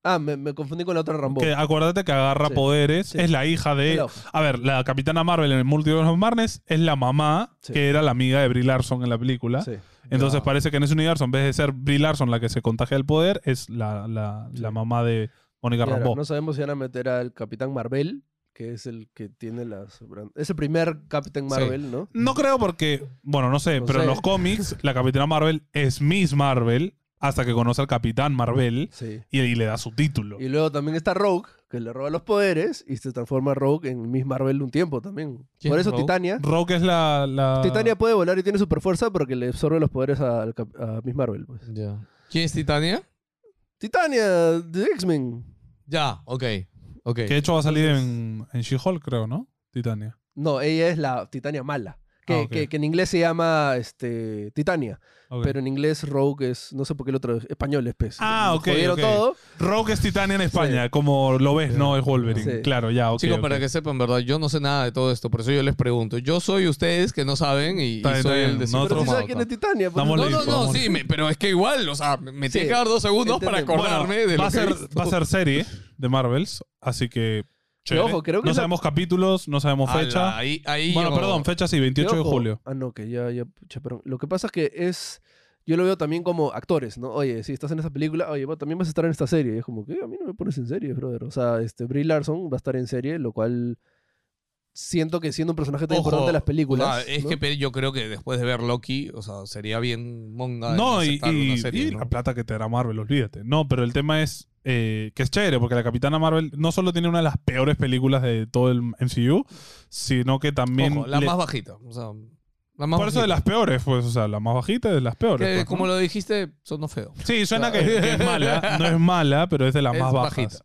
S3: Ah, me, me confundí con la otra Rambo.
S2: Que acuérdate que agarra
S3: Sí.
S2: poderes.
S3: Sí.
S2: Es la hija de.
S3: Hello.
S2: A ver, la Capitana Marvel en el Multiverse of Marnes es la mamá
S3: Sí.
S2: que era la amiga de Brie Larson en la película.
S3: Sí.
S2: Entonces
S1: Ya.
S2: parece que en ese universo, en vez de ser Brie Larson la que se contagia del poder, es la, la- la
S3: Sí.
S2: mamá de Mónica
S3: Y ahora,
S2: Rambeau.
S3: no sabemos si van a meter al Capitán Marvel, que es el que tiene las. bran- Es el primer
S1: Sí.
S3: Capitán Marvel, ¿no?
S2: No creo porque, bueno, no sé,
S3: No
S2: pero en
S3: sé.
S2: los cómics la Capitana Marvel es Miss Marvel hasta que conoce al Capitán Marvel
S3: Sí.
S2: y, y le da su título.
S3: Y luego también está Rogue, que le roba los poderes y se transforma Rogue en Miss Marvel un tiempo también.
S1: ¿Quién
S3: Por
S1: es
S3: eso
S1: Rogue?
S3: Titania.
S2: Rogue es la... la-
S3: Titania puede volar y tiene super fuerza porque le absorbe los poderes al cap- a, Miss Marvel. pues.
S1: Ya. ¿Quién es Titania?
S3: Titania, de X-Men.
S1: Ya, ok. Ok.
S2: que de hecho va a salir en, en She-Hulk, creo, ¿no? Titania.
S3: No, ella es la Titania mala. Que,
S2: Ah, ok.
S3: que- que en inglés se llama este, Titania.
S2: Ok.
S3: Pero en inglés Rogue es, no sé por qué el otro, es español es pez.
S2: Ah, ok,
S3: Jodieron
S2: ok.
S3: todo.
S2: Rogue es Titania en España, como lo ves, no es Wolverine.
S3: Sí.
S2: Claro, ya, ok.
S1: Chicos,
S2: ok.
S1: para que sepan, ¿verdad? Yo no sé nada de todo esto, por eso yo les pregunto. Yo soy ustedes que no saben y, y
S2: Está bien,
S1: soy
S2: está
S1: el de
S2: bien. Nosotros-
S3: Pero si
S1: síndrome
S3: sabes quién es
S1: Down.
S3: Titania. pues,
S2: Damos
S1: No,
S2: le
S1: no, no,
S2: informo.
S1: sí, me- pero es que igual, o sea, me, me tiene
S3: Sí,
S1: que dar dos segundos para
S3: entendemos.
S1: acordarme de lo
S2: va a
S1: que
S2: ser,
S1: he visto.
S2: va a ser serie de Marvels, así que.
S3: Pero
S2: chévere.
S3: ojo, creo que
S2: no
S3: es la-
S2: sabemos capítulos, no sabemos
S1: Ala,
S2: fecha.
S1: ahí, ahí
S2: Bueno,
S1: yo-
S2: perdón, fecha sí, 28 de
S3: Ojo.
S2: julio.
S3: Ah, no, que ya, ya, pucha, pero Lo que pasa es que es. Yo lo veo también como actores, ¿no? Oye, si estás en esta película, oye, vos también vas a estar en esta serie. Y es como que "Eh, a mí no me pones en serie, brother. O sea, este, Brie Larson va a estar en serie, lo cual siento que siendo un personaje tan
S1: Ojo,
S3: importante de las películas.
S1: o sea, es
S3: ¿no?
S1: que pe- yo creo que después de ver Loki, o sea, sería bien monga de
S2: No, y,
S1: aceptar
S2: y-
S1: una serie,
S2: y
S1: ¿no?
S2: la plata que te dará Marvel, olvídate. No, pero el tema es eh, que es chévere, porque la Capitana Marvel no solo tiene una de las peores películas de todo el MCU, sino que también.
S1: Ojo, la
S2: le-
S1: más bajita, o sea, la más
S2: por eso de las
S1: bajita.
S2: peores, pues, o sea, la más bajita de las peores.
S1: Que,
S2: pues, ¿no?
S1: como lo dijiste, son no feo.
S2: Sí, suena
S1: Ah.
S2: que, que es mala. No es mala, pero es de las
S1: Es
S2: más bajas. Eh,
S1: bajita.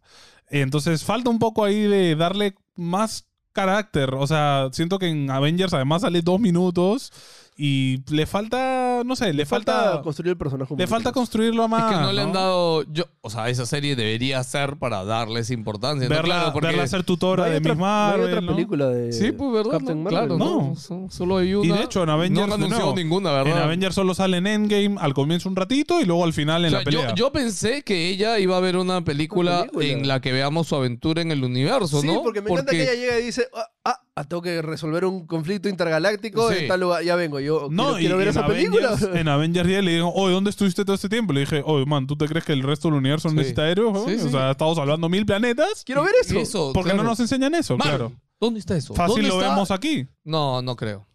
S2: Entonces falta un poco ahí de darle más carácter. O sea, siento que en Avengers además sale dos minutos y le falta, no sé, le,
S3: Le
S2: falta,
S3: falta construir el personaje. un
S2: le
S3: poquito
S2: falta
S3: más.
S2: construirlo más.
S1: es que no, le han dado. Yo, o sea, esa serie debería ser para darles importancia. ¿no?
S2: verla,
S1: Claro, porque-
S2: verla ser
S3: No
S2: tutora
S3: hay
S2: de
S3: otra,
S2: Miss
S3: no hay
S2: Marvel.
S3: otra
S2: ¿no?
S3: película de.
S1: Sí, pues verdad.
S3: Captain
S1: no,
S3: Marvel,
S1: claro,
S2: ¿no?
S1: no. So- Solo hay una.
S2: Y de hecho, en Avengers,
S1: No
S2: de
S1: han anunciado
S2: nuevo,
S1: ninguna,
S2: En
S1: ¿verdad?
S2: Avengers solo sale en Endgame, al comienzo un ratito y luego al final en
S1: O sea,
S2: la
S1: yo,
S2: pelea.
S1: yo pensé que ella iba a ver una película,
S3: Una película.
S1: en la que veamos su aventura en el universo,
S3: Sí,
S1: ¿no?
S3: porque me encanta que ella llega y dice, ah, ah, ah, tengo que resolver un conflicto intergaláctico
S1: Sí.
S3: en tal lugar, ya vengo, yo
S2: No,
S3: quiero,
S2: y-
S3: quiero ver
S2: y
S3: esa
S2: en Avengers-
S3: película.
S2: En Avengers ya le dijeron, oye, ¿dónde estuviste todo este tiempo? Le dije, oye, man, ¿tú te crees que el resto del universo no
S1: Sí.
S2: necesita héroes? weón?
S1: Sí, sí.
S2: O sea, estamos salvando mil planetas.
S3: Quiero ver eso.
S1: Y eso
S2: ¿Por qué
S1: claro.
S2: no nos enseñan eso?
S1: Marvel,
S2: claro.
S1: ¿Dónde está eso?
S2: Fácil
S1: ¿Dónde
S2: lo
S1: está?
S2: vemos aquí.
S1: No, no creo.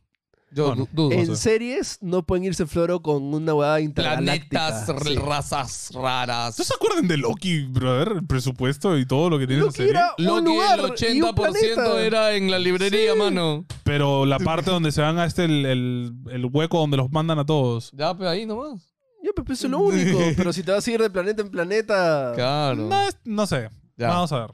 S1: Yo
S2: Bueno,
S1: du- dudo.
S2: Eh,
S1: O
S3: En
S1: sea,
S3: series no pueden irse floro con una huevada intergaláctica.
S1: Planetas, r-
S3: Sí.
S1: razas raras.
S2: ¿No se acuerdan de Loki, brother? El presupuesto y todo lo que tiene
S3: Lo
S2: esa
S3: que
S2: serie.
S3: era
S1: Lo
S3: un
S1: que
S3: lugar
S1: el
S3: y un
S1: 80%
S3: planeta.
S1: era en la librería, mano.
S2: Pero la parte donde se van a este, el, el- el hueco donde los mandan a todos.
S1: Ya, pero ahí nomás.
S3: Ya, pero eso es lo único. Pero si te vas a ir de planeta en planeta...
S1: Claro.
S2: No, es- no sé.
S1: Ya.
S2: Vamos a ver.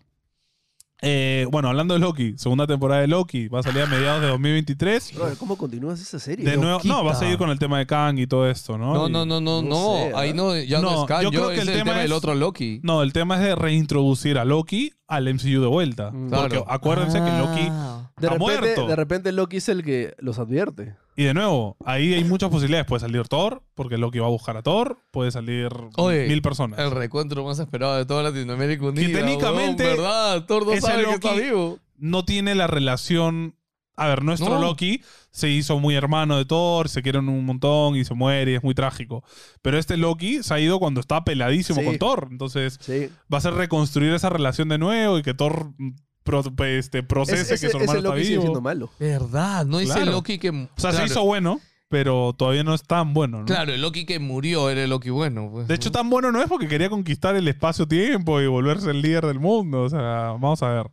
S2: Eh, bueno, hablando de Loki, segunda temporada de Loki, va a salir a mediados de 2023.
S3: Brother, ¿cómo continúas esa serie?
S2: De nuevo, no,
S1: Loquita.
S2: va a seguir con el tema de Kang y todo esto, ¿no?
S1: No,
S2: Y-
S1: no, no, no,
S3: No
S1: no.
S3: sé,
S1: ahí no, ya no,
S2: No,
S1: es Khan.
S2: yo creo
S1: Yo,
S2: que
S1: es el tema, del
S2: es-
S1: otro Loki.
S2: No, el tema es de reintroducir a Loki al MCU de vuelta.
S3: Mm.
S1: Claro. Ah.
S2: Porque acuérdense que Loki.
S3: de,
S2: está
S3: repente,
S2: muerto.
S3: de repente Loki es el que los advierte.
S2: Y de nuevo, ahí hay muchas posibilidades. Puede salir Thor, porque Loki va a buscar a Thor. Puede salir
S1: Oye,
S2: mil personas.
S1: El reencuentro más esperado de toda Latinoamérica Unida.
S2: técnicamente
S1: huevón, ¿Verdad? Thor no
S2: ese
S1: sabe que
S2: Loki-
S1: está vivo.
S2: No tiene la relación. A ver, nuestro
S1: No.
S2: Loki se hizo muy hermano de Thor, se quieren un montón y se muere, y es muy trágico. Pero este Loki se ha ido cuando está peladísimo
S3: Sí.
S2: con Thor. Entonces,
S3: Sí.
S2: va a ser reconstruir esa relación de nuevo y que Thor mm, pro- este,
S3: Ese,
S2: procese
S3: ese-
S2: que su hermano
S3: ese
S2: está
S3: Loki sigue
S2: vivo.
S3: siendo malo.
S1: ¿Verdad? No dice
S2: Claro.
S1: Loki que.
S2: O sea,
S1: claro,
S2: se hizo bueno, pero todavía no es tan bueno, ¿no?
S1: Claro, el Loki que murió era el Loki bueno. pues,
S2: De hecho,
S1: ¿no?
S2: tan bueno no es porque quería conquistar el espacio-tiempo y volverse el líder del mundo. O sea, vamos a ver.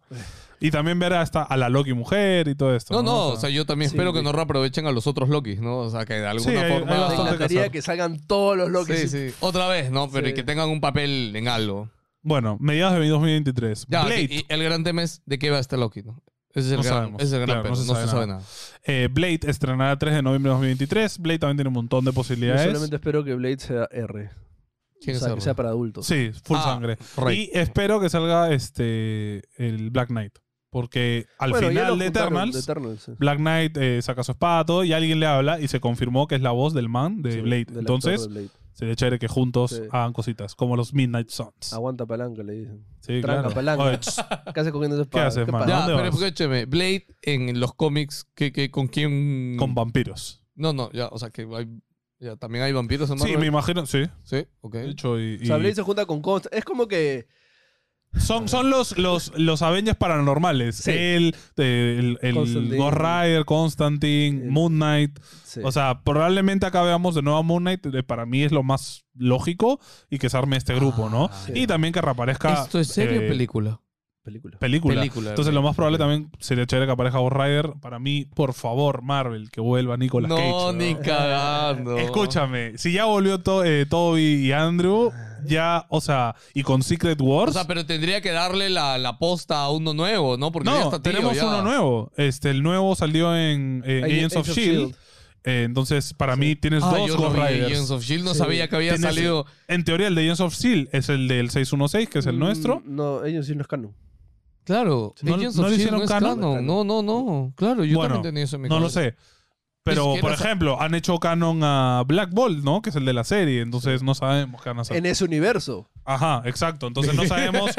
S2: Y también ver hasta a la Loki mujer y todo esto.
S1: No, no, o sea, yo también
S3: Sí,
S1: espero que
S3: sí.
S1: no reaprovechen a los otros Lokis, ¿no? O sea, que de alguna
S2: Sí, hay- hay
S1: forma.
S3: Me
S2: bastante
S3: encantaría
S2: casado.
S3: que salgan todos los Loki.
S1: Sí, sí. Otra vez, ¿no? Pero
S3: Sí.
S1: y que tengan un papel en algo.
S2: Bueno, mediados de 2023.
S1: Ya,
S2: Blade.
S1: y- y el gran tema es de qué va a estar Loki, ¿no? Ese es el
S2: No
S1: gran,
S2: sabemos.
S1: ese es el gran
S2: Claro,
S1: pero, no, se, sabe nada.
S2: Eh, Blade estrenará 3 de noviembre de 2023. Blade también tiene un montón de
S3: Yo
S2: posibilidades.
S3: solamente espero que Blade sea R.
S1: ¿Quién
S3: o sea,
S1: es
S3: que
S1: Arrow?
S3: sea para adultos.
S2: Sí, full
S1: Ah,
S2: sangre.
S1: Rey.
S2: Y espero que salga este el Black Knight. Porque al
S3: Bueno, ya lo
S2: final de
S3: juntaron,
S2: Eternals,
S3: de Eternals, sí.
S2: Black Knight eh, saca su espada todo, y alguien le habla y se confirmó que es la voz del man de
S3: Sí,
S2: Blade.
S3: del actor
S2: Entonces,
S3: de Blade.
S2: Sería chévere que juntos
S3: Sí.
S2: hagan cositas, como los Midnight Suns.
S3: Aguanta palanca, le dicen.
S2: Sí,
S3: Tranca
S2: claro.
S3: palanca.
S2: Oye, ch-
S3: ¿Qué haces cogiendo ese espada?
S2: haces, mano?
S3: pasa?
S1: Ya,
S2: dónde
S1: pero
S2: vas?
S1: escúcheme, Blade en los cómics, ¿qué, qué, ¿con quién?
S2: con vampiros.
S1: No, no, ya, o sea, que hay, ya, también hay vampiros en
S2: Sí,
S1: Marvel.
S2: me imagino, sí.
S1: Sí, ok.
S2: De hecho, y,
S3: O sea,
S2: y-
S3: Blade se junta con Const. Es como que.
S2: son, son los, los, los Avengers paranormales.
S3: Sí.
S2: Él, eh, el, el,
S3: Constantine.
S2: Ghost Rider, Constantine,
S3: El-
S2: Moon Knight.
S3: sí.
S2: O sea, probablemente acá veamos de nuevo a Moon Knight. eh, Para mí es lo más lógico y que se arme este grupo, ¿no?
S1: Ah,
S3: sí.
S2: Y también que reaparezca.
S1: ¿Esto es serie o
S2: eh,
S1: película?
S3: película.
S2: Película.
S1: Película.
S2: Entonces, lo más probable
S1: Ok.
S2: también sería chévere que aparezca Ghost Rider. Para mí, por favor, Marvel, que vuelva Nicolas
S1: No,
S2: Cage. ¿no?
S1: ni cagando.
S2: Escúchame, si ya volvió To- eh, Toby y Andrew, ya, o sea, y con Secret Wars.
S1: O sea, pero tendría que darle la, la posta a uno nuevo, ¿no? Porque ya
S2: no,
S1: está tío,
S2: tenemos
S1: ya.
S2: uno nuevo. Este, el nuevo salió en eh,
S3: Ag-
S2: Agents of,
S3: Age of
S2: Shield.
S3: Shield.
S2: Eh, entonces, para
S3: Sí.
S2: mí tienes
S1: Ah,
S2: dos
S1: yo no
S2: Ghost
S1: vi
S2: Riders.
S1: Agents of Shield, no
S3: Sí.
S1: sabía que había
S2: Tienes-
S1: salido.
S2: En teoría, el de Agents of Steel E es el del 616, que es el
S3: Mm,
S2: nuestro.
S3: No, ellos sí no es canon.
S1: Claro,
S2: ¿No-
S1: Agents
S2: no
S1: of
S2: le
S1: Shield
S2: hicieron
S1: no es
S2: canon?
S1: canon. No, no, no. Claro, yo
S2: Bueno,
S1: también tenía eso en mi
S2: No lo
S1: cabeza.
S2: sé.
S1: Ni
S2: Pero,
S1: siquiera
S2: por
S1: sa-
S2: ejemplo, han hecho canon a Black Bolt, ¿no? Que es el de la serie. Entonces, no sabemos qué van a hacer.
S3: En ese universo.
S2: Ajá, exacto. Entonces no sabemos.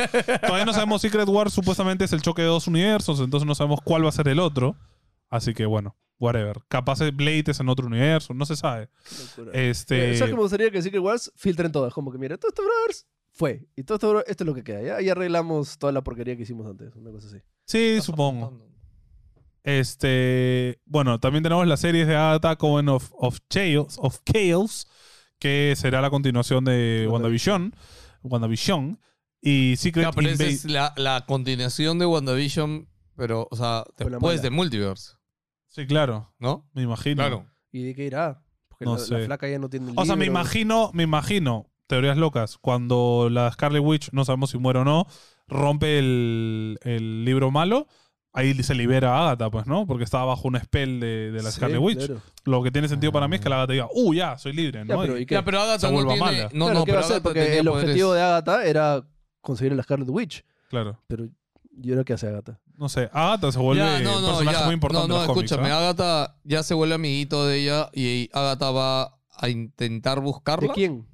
S2: todavía no sabemos. Secret War supuestamente es el choque de dos universos. Entonces no sabemos cuál va a ser el otro. Así que bueno, whatever. Capaz el Blade es en otro universo. No se sabe.
S3: Eh,
S2: Este.
S3: ¿Sabes qué me gustaría que Secret Wars filtren todas? Como que, mira, todo esto, brothers, fue. Y todo esto, bro- esto es lo que queda. Ya, Y arreglamos toda la porquería que hicimos antes. Una cosa así.
S2: Sí, supongo. Este. Bueno, también tenemos las series de Agatha Coven of, of Chaos. Of Chaos. Que será la continuación de WandaVision. WandaVision. Y Secret
S1: Ya, pero esa
S2: Invasion.
S1: es la, la continuación de WandaVision, pero, o sea,
S3: Fue la
S1: después
S3: mala.
S1: de Multiverse,
S2: Sí, claro.
S1: ¿no?
S2: Me imagino.
S3: ¿Y de qué irá? Porque
S2: No
S3: la, la
S2: sé.
S3: flaca ya no tiene el
S2: O sea, me
S3: libro.
S2: imagino, me imagino, teorías locas, cuando la Scarlet Witch, no sabemos si muere o no, rompe el, el libro malo, ahí se libera a Agatha, pues, ¿no? Porque estaba bajo un spell de, de la
S3: Sí,
S2: Scarlet Witch.
S3: claro. Ah.
S2: Lo que tiene sentido para mí es que la Agatha diga, uh, ya, soy libre,
S3: Ya,
S2: ¿no?
S3: pero
S2: Y-
S3: ¿y qué?
S1: Ya, pero Agatha
S2: Se
S1: no
S2: vuelva
S1: tiene...
S2: mala.
S1: No,
S3: Claro,
S1: no,
S3: ¿qué
S1: pero
S3: va a hacer?
S1: Agatha
S3: Porque
S1: tenía
S3: el objetivo
S1: poderes.
S3: de Agatha era conseguir a la Scarlet Witch.
S2: Claro,
S3: Pero, ¿y ahora qué hace Agatha?
S2: no sé. Agatha se vuelve
S1: Ya, no,
S2: un
S1: no,
S2: personaje
S1: ya.
S2: muy importante
S1: No, no,
S2: en los cómics,
S1: escúchame,
S2: ¿ah?
S1: Agatha ya se vuelve amiguito de ella y Agatha va a intentar buscarla.
S3: ¿De quién?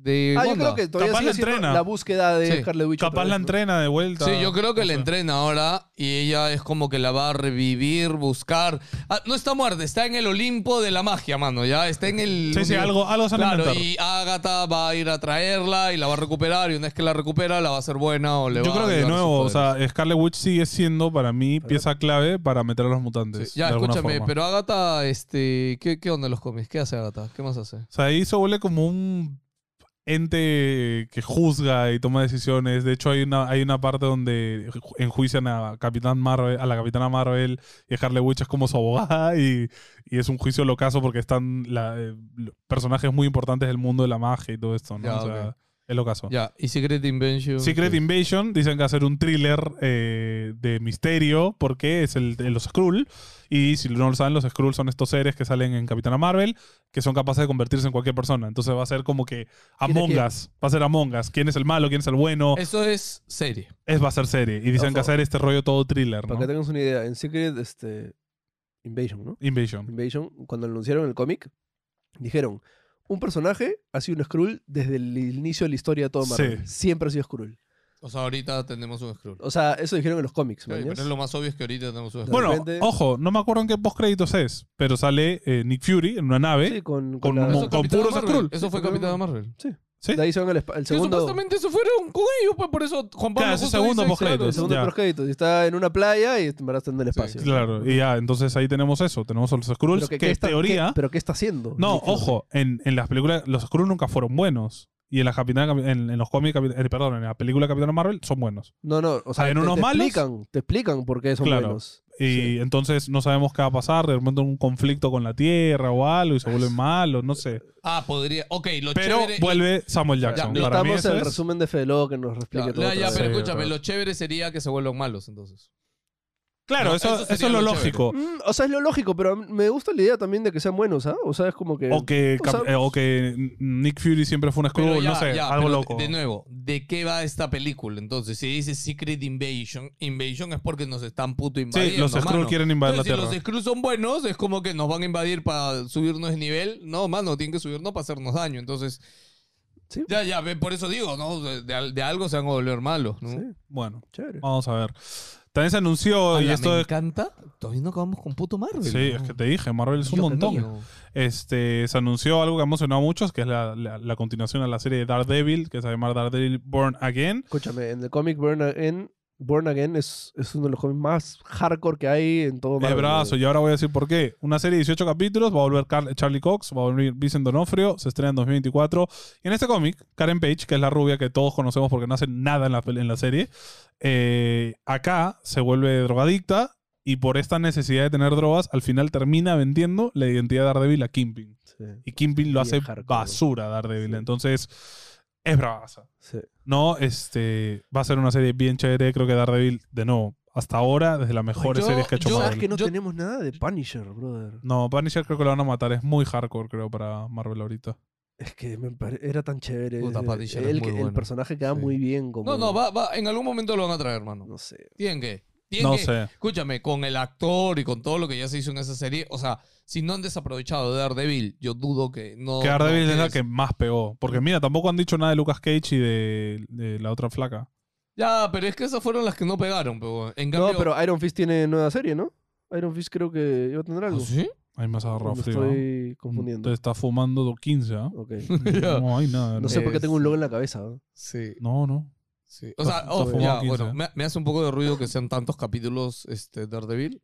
S1: De
S3: Ah, yo
S1: Wanda.
S3: creo que todavía
S2: Capaz
S3: sigue
S2: la
S3: siendo
S2: entrena.
S3: la búsqueda de
S1: Sí.
S3: Scarlet Witch. otra
S2: Capaz
S3: vez,
S2: la
S3: ¿no?
S2: entrena de vuelta.
S1: Sí, yo creo que
S2: no
S1: la
S2: sé.
S1: entrena ahora y ella es como que la va a revivir, buscar. Ah, no está muerta, está en el Olimpo de la magia, mano. Ya está en el.
S2: Sí, sí, algo, algo se han
S1: Claro,
S2: inventado.
S1: y Agatha va a ir a traerla y la va a recuperar. Y una vez que la recupera, la va a hacer buena o le
S2: Yo
S1: va
S2: creo
S1: a
S2: que de
S1: ayudar a sus
S2: nuevo, o
S1: poderes.
S2: sea, Scarlet Witch sigue siendo para mí pieza clave para meter a los mutantes.
S1: Sí, Ya,
S2: de alguna
S1: escúchame,
S2: forma.
S1: pero Agatha, este, ¿qué, ¿qué onda en los cómics? ¿Qué hace Agatha? ¿Qué más hace?
S2: O sea, ahí se vuelve como un ente que juzga y toma decisiones. De hecho, hay una, hay una parte donde ju- enjuician a Capitán Marvel, a la Capitana Marvel y a Harley Witch es como su abogada y, y es un juicio locazo porque están la- eh, lo- personajes muy importantes del mundo de la magia y todo esto, ¿no?
S1: Ya,
S2: o sea,
S1: ok.
S2: es locazo.
S1: Ya, y Secret Invention.
S2: Secret
S1: Sí.
S2: Invasion, dicen que va a ser un thriller eh, de misterio, porque es el de los Skrull. Y si no lo saben, los Skrull son estos seres que salen en Capitana Marvel, que son capaces de convertirse en cualquier persona. Entonces va a ser como que
S3: ¿Quién es
S2: Among
S3: quién? Eh.
S2: Us. Va a ser Among Us. ¿Quién es el malo? ¿Quién es el bueno?
S1: Eso es serie.
S2: Es, va a ser serie. Y dicen
S3: Ojo.
S2: que va a ser este rollo todo thriller,
S3: Para
S2: ¿no?
S3: que tengas una idea, en Secret este, Invasion, ¿no?
S2: Invasion.
S3: Invasion, cuando anunciaron el cómic, dijeron, un personaje ha sido un Skrull desde el inicio de la historia de todo Marvel. Siempre ha sido Skrull.
S1: O sea, ahorita tenemos un Skrull.
S3: O sea, eso dijeron en los cómics,
S1: Sí,
S3: ¿mañas?
S1: pero lo más obvio es que ahorita tenemos un Skrull.
S2: Bueno,
S3: repente-
S2: ojo, no me acuerdo en qué postcréditos es, pero sale eh, Nick Fury en una nave.
S3: Sí, con, con
S2: con
S3: la-
S2: un
S1: Eso es
S2: mon- con
S1: Capitana
S2: puros
S1: Marvel.
S2: Skrull.
S1: Eso fue
S3: Sí, con-
S1: Capitana Marvel.
S2: ¿sí?
S3: De ahí se van al esp- al
S1: Que
S3: segundo...
S1: supuestamente eso fueron con ellos, pues por eso Juan Pablo
S2: Claro, ese
S1: justo
S2: segundo
S1: dice,
S2: postcrédito,
S1: claro,
S3: El segundo
S2: Ya.
S3: post crédito, y está en una playa y en verdad está en el
S1: Sí,
S3: espacio.
S2: Claro, y ya, entonces ahí tenemos eso. Tenemos a los Skrulls,
S3: Pero
S2: que,
S3: ¿qué
S2: en
S3: está-
S2: teoría.
S3: qué- pero ¿qué está haciendo?
S2: No,
S3: Nick Fury?
S2: ojo, en, en las películas, los Skrulls nunca fueron buenos. Y en, la Capitana- en, en los cómics, de Capi- eh, perdón, en la película de Capitana Marvel son buenos.
S3: No, no, o sea,
S2: ¿Hay
S3: te,
S2: unos
S3: te
S2: malos?
S3: explican, te explican por qué son
S2: Claro.
S3: buenos.
S2: Y
S3: Sí.
S2: entonces no sabemos qué va a pasar. De repente un conflicto con la Tierra o algo y se vuelven malos, no sé.
S1: Ah, podría. Ok, lo
S2: Pero
S1: chévere.
S2: vuelve Samuel
S1: Ya,
S2: Jackson.
S1: no
S2: Para mí
S3: Necesitamos
S2: eso
S3: el
S2: es-
S3: resumen de Felo que nos
S1: Ya,
S3: explique todo.
S1: ya,
S3: otra
S1: ya,
S3: vez.
S1: pero
S2: Sí,
S1: escúchame,
S2: claro.
S1: lo chévere sería que se vuelvan malos entonces.
S2: Claro,
S1: No,
S2: eso,
S1: eso
S2: eso,
S1: sería
S2: es lo
S1: lo chévere.
S2: lógico.
S3: Mm, o sea, es lo lógico, pero a mí me gusta la idea también de que sean buenos, ¿ah? O sea, es como que.
S2: O que,
S3: o
S2: Cap-
S3: sea-
S2: eh, o que Nick Fury siempre fue un
S1: Pero
S2: Skrull,
S1: ya,
S2: no sé,
S1: ya,
S2: algo
S1: pero
S2: loco.
S1: De nuevo, ¿de qué va esta película? Entonces, si dice Secret Invasion, Invasion es porque nos están puto invadiendo.
S2: Sí, los Skrull
S1: mano.
S2: quieren invadir la
S1: Entonces,
S2: Tierra.
S1: Si los Skrulls son buenos, es como que nos van a invadir para subirnos de nivel. No, mano, tienen que subirnos para hacernos daño. Entonces,
S3: Sí.
S1: ya, ya, ve, por eso digo, ¿no? De, de al- de algo se van a volver malos, ¿no?
S3: Sí,
S2: Bueno,
S3: chévere.
S2: vamos a ver. También se anunció,
S1: Ala,
S2: y esto
S1: me
S2: es.
S1: encanta. Todavía no acabamos con puto Marvel.
S2: Sí,
S1: ¿no?
S2: es que te dije, Marvel es un
S1: Dios
S2: montón.
S1: mío.
S2: Este, se anunció algo que ha emocionado a muchos, que es la, la- la continuación a la serie de Daredevil, que se llama Daredevil Born Again.
S3: Escúchame, en el cómic Born Again, Born Again es, es uno de los cómics más hardcore que hay en todo
S2: Es
S3: Marvel,
S2: brazo,
S3: ¿no?
S2: Eh, y ahora voy a decir por qué. Una serie de 18 capítulos, va a volver Car- Charlie Cox, va a volver Vincent Donofrio, se estrena en 2024. Y en este cómic, Karen Page, que es la rubia que todos conocemos porque no hace nada en la, pel- en la serie, eh, acá se vuelve drogadicta y por esta necesidad de tener drogas, al final termina vendiendo la identidad de Daredevil a Kingpin.
S3: Sí,
S2: Y Kingpin lo
S3: Bien
S2: hace
S3: hardcore.
S2: basura a Daredevil.
S3: Sí.
S2: Entonces, es bravaza.
S3: sí.
S2: No, este va a ser una serie bien chévere. Creo que Daredevil, de nuevo, hasta ahora, desde las mejores
S1: Yo-
S2: series que ha hecho
S1: yo-
S3: ¿Sabes
S2: Marvel.
S3: que no
S1: Yo-
S3: tenemos nada de Punisher, brother?
S2: No, Punisher creo que lo van a matar. Es muy hardcore, creo, para Marvel ahorita.
S3: Es que me pare- era tan chévere.
S1: Puta,
S3: eh,
S1: Punisher es
S3: el,
S1: muy
S3: que- el
S1: bueno.
S3: personaje queda
S1: Sí.
S3: muy bien. Como,
S1: No, no, va, va, en algún momento lo van a traer, hermano.
S3: No sé.
S1: Tienen que. Tienen
S2: No
S1: que-
S2: sé.
S1: Escúchame, con el actor y con todo lo que ya se hizo en esa serie, o sea, si no han desaprovechado de Daredevil, yo dudo que no.
S2: que Daredevil
S1: no,
S2: es la
S1: es-
S2: que más pegó. Porque mira, tampoco han dicho nada de Lucas Cage y de, de la otra flaca.
S1: Ya, pero es que esas fueron las que no pegaron, pero en cambio.
S3: No, pero Iron Fist tiene nueva serie, ¿no? Iron Fist creo que iba a tener algo.
S1: ¿Ah, sí?
S2: Ahí más agarrado
S3: me
S2: frío. ¿eh?
S3: estoy confundiendo.
S2: Te está fumando do 15, ¿ah?
S3: Ok.
S1: Ya.
S2: No hay nada.
S3: No
S2: No,
S3: sé por qué
S1: Es-
S3: tengo un logo en la cabeza. ¿no?
S1: Sí,
S2: no. no.
S1: sí. O sea,
S2: Está
S1: oh,
S2: fumado
S1: ya,
S2: 15,
S1: bueno,
S2: ¿eh?
S1: me, me hace un poco de ruido que sean tantos capítulos este, Daredevil.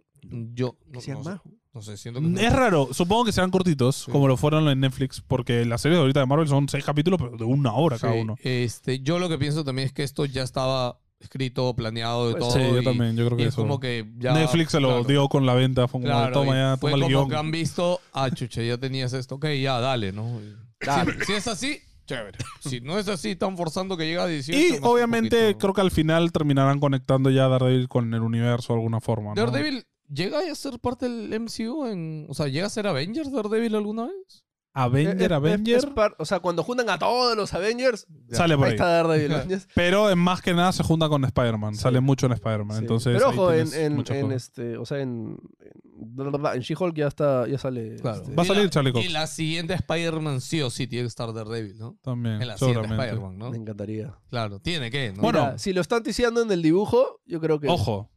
S1: Yo no,
S3: Que sean
S1: no sé,
S3: más.
S1: no sé, siento que.
S2: Mm, Es raro, supongo que serán cortitos, como lo fueron en Netflix, porque las series de ahorita de Marvel son seis capítulos, pero de una hora cada
S1: Sí,
S2: uno.
S1: Este, yo lo que pienso también es que esto ya estaba escrito, planeado de
S3: Pues
S1: todo.
S2: sí, yo
S1: y-
S2: también, yo creo
S1: y
S2: que
S1: es
S2: eso.
S1: como que ya.
S2: Netflix se lo
S1: claro.
S2: dio con la venta, fue como,
S1: Claro,
S2: toma
S1: y
S2: ya,
S1: fue
S2: toma el
S1: como
S2: guión.
S1: que han visto, ah, chuche, ya tenías esto, ok, ya, dale, ¿no? Y- Si, si es así, chévere. Si no es así, están forzando que llegue a 18.
S2: Y obviamente creo que al final terminarán conectando ya Daredevil con el universo de alguna forma. ¿no?
S1: Daredevil, ¿llega a ser parte del MCU? En, o sea, ¿llega a ser Avengers Daredevil alguna vez?
S2: Avenger,
S3: Eh,
S1: eh,
S3: Es- es-
S2: Avenger.
S3: es par- o sea, cuando juntan a todos los Avengers,
S2: Sale por
S3: ahí
S2: ahí.
S3: está Daredevil. ¿no?
S2: Pero en más que nada se junta con Spider-Man.
S3: Sí.
S2: Sale mucho en Spider-Man.
S1: Ah,
S3: Sí.
S2: Entonces,
S3: Pero
S2: ahí
S3: ojo, en,
S2: tienes
S3: en,
S2: muchas
S3: en
S2: cosas.
S3: este, o sea, en, en, bla, bla, bla, en She-Hulk ya está, ya sale.
S1: Claro.
S3: este,
S2: Va a
S1: Y
S2: salir
S1: la-
S2: Charlie Cox
S1: Y la siguiente Spider-Man sí o sí tiene que estar Daredevil, ¿no?
S2: también.
S1: En la siguiente
S2: Seguramente.
S1: Spider-Man, ¿no?
S3: Me encantaría.
S1: Claro, tiene que, ¿no?
S2: Bueno.
S3: Mira, si lo están ticiando en el dibujo, yo creo que.
S2: Ojo.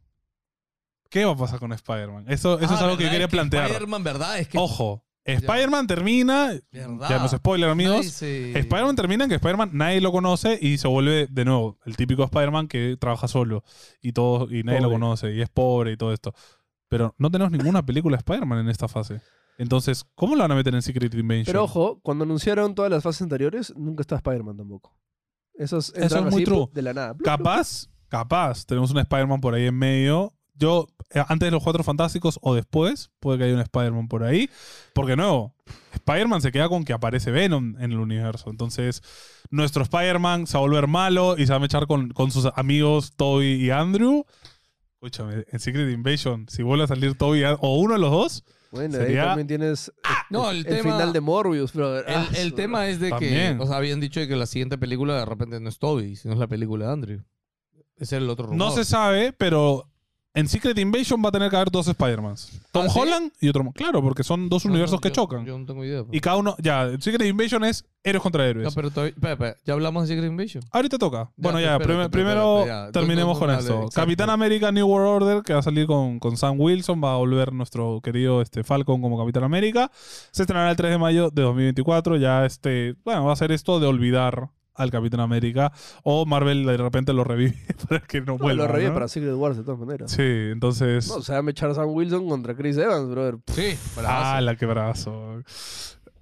S2: ¿Qué va a pasar con Spider-Man? Eso, eso
S1: Ah,
S2: es algo
S1: ¿verdad?
S2: que
S1: Es
S2: quería plantear.
S1: Spider-Man, ¿verdad? Es que.
S2: Ojo. Spider-Man termina.
S1: ¿Verdad?
S2: Ya no es spoiler, amigos.
S1: nadie se-
S2: Spider-Man termina en que Spider-Man nadie lo conoce y se vuelve de nuevo el típico Spider-Man que trabaja solo y todo y nadie lo
S3: Pobre.
S2: conoce y es pobre y todo esto. Pero no tenemos ninguna película de Spider-Man en esta fase. Entonces, ¿cómo lo van a meter en Secret Invasion?
S3: Pero ojo, cuando anunciaron todas las fases anteriores, nunca está Spider-Man tampoco. Esos
S2: es
S3: entran
S2: muy
S3: así,
S2: true.
S3: de la nada. Blup,
S2: capaz, capaz, tenemos un Spider-Man por ahí en medio. Yo, eh, antes de los Cuatro Fantásticos o después, puede que haya un Spider-Man por ahí. Porque no, Spider-Man se queda con que aparece Venom en el universo. Entonces, nuestro Spider-Man se va a volver malo y se va a echar con, con sus amigos Toby y Andrew. Escúchame, en Secret Invasion, si vuelve a salir Toby a- o uno de los dos,
S3: Bueno,
S2: Sería-
S3: ahí también tienes
S1: No,
S3: el,
S1: el, tema.
S3: final de Morbius, brother.
S1: El,
S3: Ah,
S1: el
S3: su-
S1: tema es de
S2: También.
S1: que, o sea, habían dicho de que la siguiente película de repente no es Toby, sino es la película de Andrew. Ese es el otro rumor.
S2: no se sabe, pero en Secret Invasion va a tener que haber dos Spider-Mans. Tom
S1: ¿Ah, sí?
S2: Holland y otro. más. Claro, porque son dos
S1: No, no,
S2: universos que
S1: yo-
S2: chocan.
S1: Yo no tengo idea. pero-
S2: Y cada uno, ya, Secret Invasion es héroes contra héroes.
S1: No, pero todavía- espera, espera, ya hablamos de Secret Invasion.
S2: Ahorita toca. bueno, ya,
S1: espérate,
S2: prim-
S1: espérate,
S2: primero
S1: espérate, ya. No,
S2: terminemos
S1: no,
S2: con
S1: no,
S2: esto.
S1: dale, exacto.
S2: Capitán América New World Order, que va a salir con, con Sam Wilson, va a volver nuestro querido este, Falcon como Capitán América. Se estrenará el 3 de mayo de 2024. Ya este, bueno, va a ser esto de olvidar al Capitán América. O Marvel de repente lo revive para que no
S3: No,
S2: vuelva.
S3: lo revive
S2: ¿no?
S3: para Secret Wars de todas maneras.
S2: Sí, entonces.
S3: No, o sea, dame Charles Wilson contra Chris Evans, brother.
S1: Sí, para
S2: Ah, la quebrazo.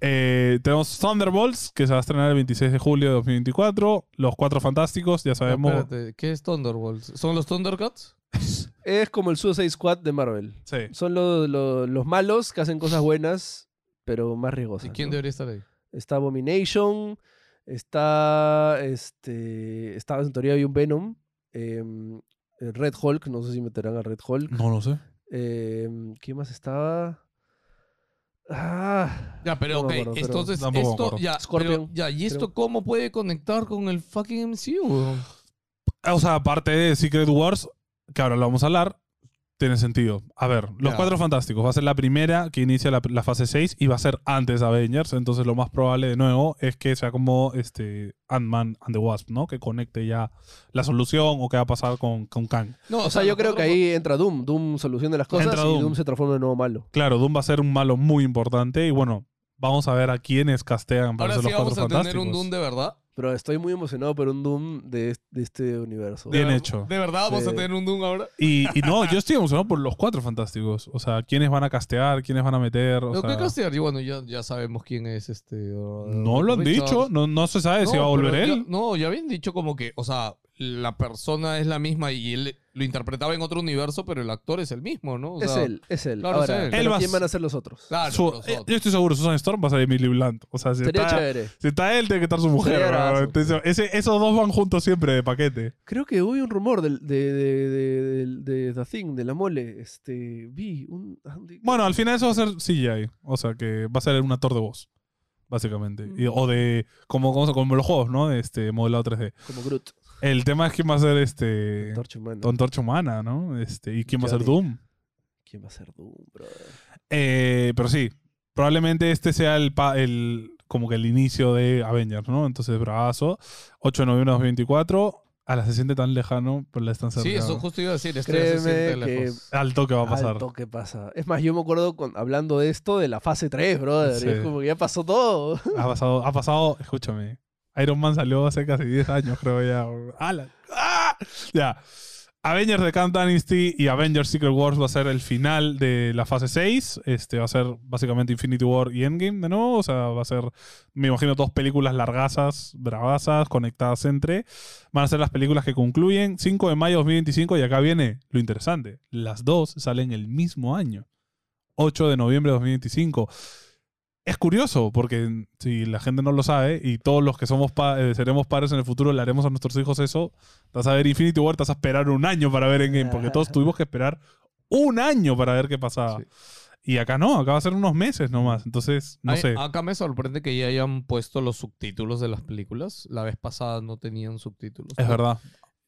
S2: Eh, tenemos Thunderbolts, que se va a estrenar el 26 de julio de 2024. Los Cuatro Fantásticos, ya sabemos.
S1: Espérate, ¿qué es Thunderbolts? ¿Son los Thundercats?
S3: Es como el Suicide Squad de Marvel.
S2: Sí.
S3: Son lo- lo- los malos que hacen cosas buenas, pero más
S1: ¿Y
S3: riesgosas.
S1: quién
S3: ¿no?
S1: debería estar ahí?
S3: Está Abomination, está este, estaba en teoría había un Venom. eh, eh, Red Hulk, no sé si meterán a Red Hulk.
S2: No lo sé.
S3: Eh, ¿Quién más estaba? Ah,
S1: Ya, pero
S3: No me
S1: ok,
S3: acuerdo, pero
S1: entonces
S2: tampoco me
S1: esto
S2: acuerdo.
S1: ya,
S3: Scorpion,
S1: pero- ya, ¿y esto
S3: creo.
S1: cómo puede conectar con el fucking MCU? weón?
S2: O sea, aparte de Secret Wars, que ahora lo vamos a hablar, tiene sentido. A ver, Los
S1: Ya.
S2: Cuatro Fantásticos va a ser la primera que inicia la, la fase 6 y va a ser antes Avengers. Entonces, lo más probable, de nuevo, es que sea como este Ant-Man and the Wasp, ¿no? Que conecte ya la solución o qué va a pasar con, con Kang.
S1: No,
S3: o sea, yo creo que ahí entra Doom. Doom soluciona las cosas
S2: Entra
S3: y
S2: Doom.
S3: Doom. se transforma en nuevo malo.
S2: Claro, Doom va a ser un malo muy importante y bueno, vamos a ver a quiénes castean para
S1: Ahora
S2: ser
S1: sí
S2: los Cuatro
S1: vamos a tener
S2: Fantásticos.
S1: un Doom de verdad.
S3: Pero estoy muy emocionado por un Doom de, es- de este universo.
S1: De
S2: Bien
S1: ver-
S2: hecho.
S1: De verdad vamos a
S3: Sí.
S1: tener un Doom ahora.
S2: Y, y no, yo estoy emocionado por los Cuatro Fantásticos. O sea, quiénes van a castear, quiénes van a meter. o
S1: ¿Lo
S2: sea-
S1: que castear? Y bueno, ya, ya sabemos quién es este. uh,
S2: No lo han
S1: Richards.
S2: dicho, no, no se sabe si
S1: No,
S2: va a volver
S1: pero ya-
S2: él.
S1: no, ya habían dicho como que, o sea, la persona es la misma y él lo interpretaba en otro universo, pero el actor es el mismo, ¿no? O
S3: es
S1: sea,
S3: él, es él.
S1: claro,
S3: Ahora,
S1: es él.
S3: pero
S2: Él va a
S3: ¿quién
S2: ser-
S3: van a ser los otros?
S1: Claro,
S2: Su-
S1: los
S2: eh,
S1: otros.
S2: yo estoy seguro, Susan Storm va a ser Emily Blunt. O sea, si
S3: Sería
S2: está,
S3: chévere.
S2: si está él, tiene que estar su mujer.
S3: Sería bravazo.
S2: ¿no? Entonces, ese- esos dos van juntos siempre de paquete.
S3: Creo que hubo un rumor del- de, de, de, del- de The Thing, de la mole. Este, vi un...
S2: Bueno, al final eso va a ser CGI. O sea, que va a ser un actor de voz, básicamente.
S1: Mm.
S2: Y- o de. Como, como, como los juegos, ¿no? Este, modelado 3D.
S3: Como Groot.
S2: El tema es quién va a ser este.
S3: Torcha humana.
S2: Antorcha humana, ¿no? Este, y quién va a ser
S3: Johnny.
S2: Doom.
S3: ¿Quién va a ser Doom, brother?
S2: Eh, pero sí, probablemente este sea el, pa- el como que el inicio de Avengers, ¿no? Entonces, bravazo. 8 de noviembre de 2024. A la se siente tan lejano, pero la están cerca.
S1: Sí, eso justo iba a decir. Este ya se siente
S3: Créeme que
S1: lejos.
S2: Alto que va a pasar.
S3: alto que pasa. Es más, yo me acuerdo con, hablando de esto de la fase 3, brother.
S2: Sí.
S3: y Es como que ya pasó todo.
S2: Ha pasado, ha pasado, escúchame. Iron Man salió hace casi 10 años, creo ya. ¡Ala! ¡Ah! Ya. Avengers de Camp Dynasty y Avengers Secret Wars va a ser el final de la fase 6. Este va a ser básicamente Infinity War y Endgame de nuevo. O sea, va a ser, me imagino, dos películas largazas, bravazas, conectadas entre. Van a ser las películas que concluyen 5 de mayo de 2025. Y acá viene lo interesante: las dos salen el mismo año, 8 de noviembre de 2025. Es curioso, porque si la gente no lo sabe y todos los que somos pa- eh, seremos padres en el futuro le haremos a nuestros hijos eso, te vas a ver Infinity War, te vas a esperar un año para ver Endgame, porque todos tuvimos que esperar un año para ver qué pasaba.
S1: Sí.
S2: Y acá no, acá va a ser unos meses nomás, entonces no
S1: A-
S2: sé.
S1: Acá me sorprende que ya hayan puesto los subtítulos de las películas. La vez pasada no tenían subtítulos.
S2: Es verdad.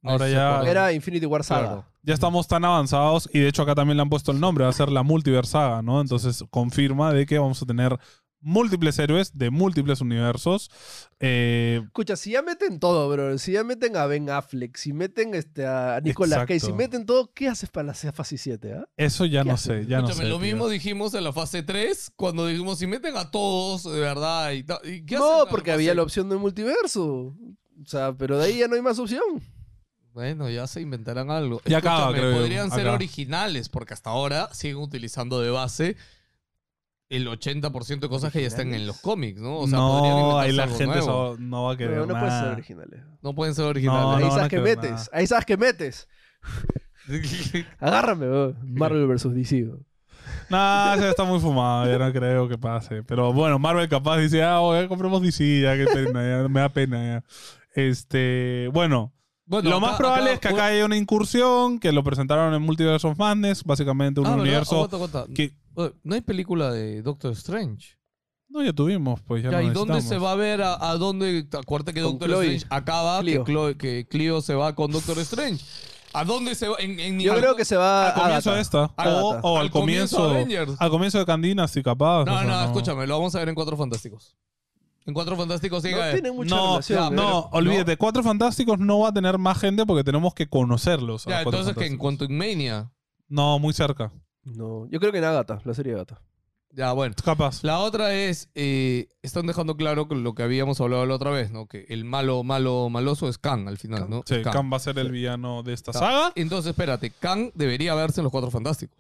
S1: No
S2: Ahora
S1: sé si
S2: ya-
S1: se acuerdan.
S3: Era Infinity War Saga.
S1: Claro.
S2: Ya estamos tan avanzados y de hecho acá también le han puesto el nombre, va a ser la multiversaga, ¿no? Entonces confirma de que vamos a tener múltiples héroes de múltiples universos. Eh,
S3: Escucha, si ya meten todo, brother. Si ya meten a Ben Affleck, si meten este, a Nicolas Cage, si
S2: Exacto.
S3: meten todo, ¿qué haces para la fase 7? ah?
S2: eso ya
S3: ¿Qué
S2: no
S3: haces?
S2: sé, ya no sé.
S1: Escúchame, lo
S2: tío.
S1: mismo dijimos en la fase 3, cuando dijimos, si meten a todos, de verdad, y, ta- ¿y qué hacen
S3: No,
S1: en la
S3: porque
S1: fase-
S3: había la opción del multiverso. O sea, pero de ahí ya no hay más opción.
S1: Bueno, ya se inventarán algo.
S2: Ya acaba,
S1: Escúchame,
S2: creo yo,
S1: Podrían ser
S2: acá.
S1: originales, porque hasta ahora siguen utilizando de base el 80% de cosas que ya están en los cómics, ¿no? O sea, podrían
S2: no,
S1: inventarse
S2: ahí la
S1: algo
S2: gente
S1: nuevo.
S2: so- no va a querer
S3: Pero no pueden ser
S2: nada.
S3: originales.
S1: No pueden ser
S2: No,
S1: originales.
S3: ahí
S2: no van a
S3: sabes que
S2: querer
S3: metes.
S2: nada.
S3: Ahí sabes que metes. Agárrame, bro. Marvel vs. DC. bro.
S2: Nah, eso está muy fumado, yo no creo que pase. Pero bueno, Marvel capaz dice, ah, oye, compremos DC, ya que pena, ya, me da pena ya. Este, bueno,
S1: Bueno,
S2: lo
S1: acá-
S2: más probable es que acá haya una incursión, que lo presentaron en Multiverse of Madness, básicamente un
S1: Ah, ¿verdad?
S2: universo
S1: Aguanta, aguanta.
S2: que
S1: Oye, No hay película de Doctor Strange.
S2: no ya tuvimos, pues ya,
S1: Ya,
S2: no
S1: ¿Y dónde
S2: necesitamos.
S1: se va a ver? ¿A, a dónde? Acuérdate que
S3: Con
S1: Doctor
S3: Chloe.
S1: Strange acaba,
S3: Clio.
S1: Que, Chloe- que Clio se va con Doctor Strange. ¿A dónde se va? En, en-
S3: Yo
S1: al-
S3: creo que se va
S2: Al comienzo
S3: Agatha.
S2: de esta.
S1: Agatha.
S2: O, o al,
S1: Al comienzo
S2: comienzo. Ah,
S1: Avengers.
S2: al comienzo de Candina, sí, capaz. o
S1: No,
S2: sea,
S1: no, escúchame, lo vamos a ver en Cuatro Fantásticos. En Cuatro Fantásticos sí,
S3: No
S1: eh,
S3: tiene mucha
S2: no,
S3: relación.
S1: ya,
S3: ¿eh?
S2: No,
S1: pero-
S2: olvídate, Cuatro Fantásticos no va a tener más gente porque tenemos que conocerlos. a
S1: Ya,
S2: los Cuatro
S1: entonces que en
S2: Fantásticos.
S1: cuanto en Mania.
S2: No, muy cerca.
S3: No, yo creo que en Agatha, la serie de Agatha.
S1: Ya, bueno.
S2: Capaz.
S1: La otra es, eh, están dejando claro que lo que habíamos hablado la otra vez, ¿no? Que el malo, malo, maloso es Kang al final, ¿no?
S2: Sí,
S1: Es Kang.
S2: Khan va a ser el villano de esta
S1: Khan.
S2: saga.
S1: Entonces, espérate, Kang debería verse en los Cuatro Fantásticos.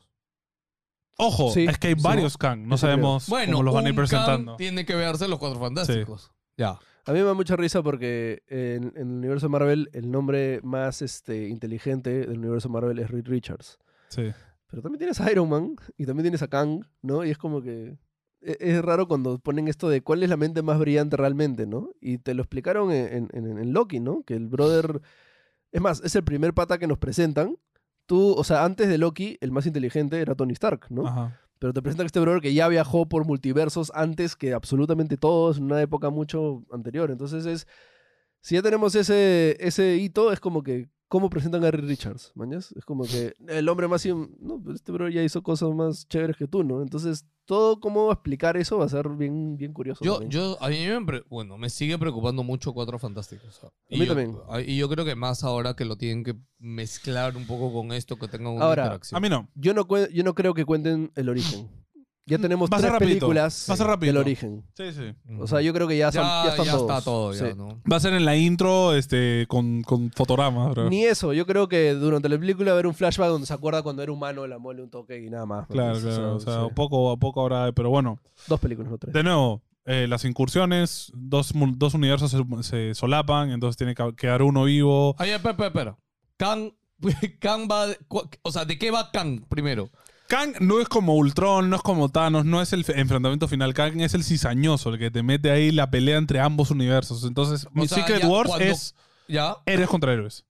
S2: Ojo,
S3: Sí,
S2: es que hay
S3: sí.
S2: varios Khan. No
S3: Sí, creo.
S2: sabemos
S1: Bueno,
S2: cómo los van a ir
S1: un Kang
S2: presentando.
S1: tiene que verse en los Cuatro Fantásticos. Ya.
S3: A mí me da mucha risa porque en, en el universo Marvel el nombre más este, inteligente del universo Marvel es Reed Richards.
S2: Sí.
S3: Pero también tienes a Iron Man y también tienes a Kang, ¿no? Y es como que e- es, raro cuando ponen esto de cuál es la mente más brillante realmente, ¿no? Y te lo explicaron en, en- en- en Loki, ¿no? Que el brother Es más, es el primer pata que nos presentan. Tú, o sea, antes de Loki, el más inteligente era Tony Stark, ¿no?
S2: Ajá.
S3: Pero te presentan a este brother que ya viajó por multiversos antes que absolutamente todos, en una época mucho anterior. Entonces es. Si ya tenemos ese, ese hito, es como que. ¿Cómo presentan a Harry Richards? ¿Mañas? Es como que el hombre más. im- No, pues este brother ya hizo cosas más chéveres que tú, ¿no? Entonces, todo cómo explicar eso va a ser bien, bien curioso.
S1: Yo,
S3: también.
S1: yo, a mí me, pre- bueno, me sigue preocupando mucho Cuatro Fantásticos. o sea, y
S3: mí
S1: yo-
S3: también.
S1: a- Y yo creo que más ahora que lo tienen que mezclar un poco con esto, que tengan una
S3: Ahora,
S2: A
S1: interacción.
S2: mí no.
S3: Yo no, cue- yo no creo que cuenten el origen. Ya tenemos
S2: Mm, Va a ser
S3: tres
S2: rapidito,
S3: películas
S2: va a ser
S3: del
S2: rapidito.
S3: origen.
S2: Sí, sí.
S1: Ujú.
S3: O sea, yo creo que ya, son-
S1: ya,
S3: ya están
S1: ya
S3: todos.
S1: está todo, ya,
S3: Sí.
S1: ¿no?
S2: Va a ser en la intro este, con, con fotograma. bro.
S3: Ni eso, yo creo que durante la película va a haber un flashback donde se acuerda cuando era humano, la mole un toque y nada más. pues, ¿no?
S2: Claro,
S3: O sea,
S2: claro. O sea,
S3: sí.
S2: poco a poco habrá. Pero bueno,
S3: Dos películas, no tres.
S2: de nuevo, eh, las incursiones, dos, mu- dos universos se, se solapan, entonces tiene que quedar uno vivo.
S1: Oye, espera, espera, espera. Kang, Kang va. de- cua- O sea, ¿de qué va Kang primero?
S2: Kang no es como Ultron, no es como Thanos, no es el fe- enfrentamiento final. Kang es el cizañoso, el que te mete ahí la pelea entre ambos universos. Entonces, mi
S1: sea,
S2: Secret
S1: ya
S2: Wars
S1: cuando-
S2: es
S1: ¿Ya?
S2: héroes contra héroes.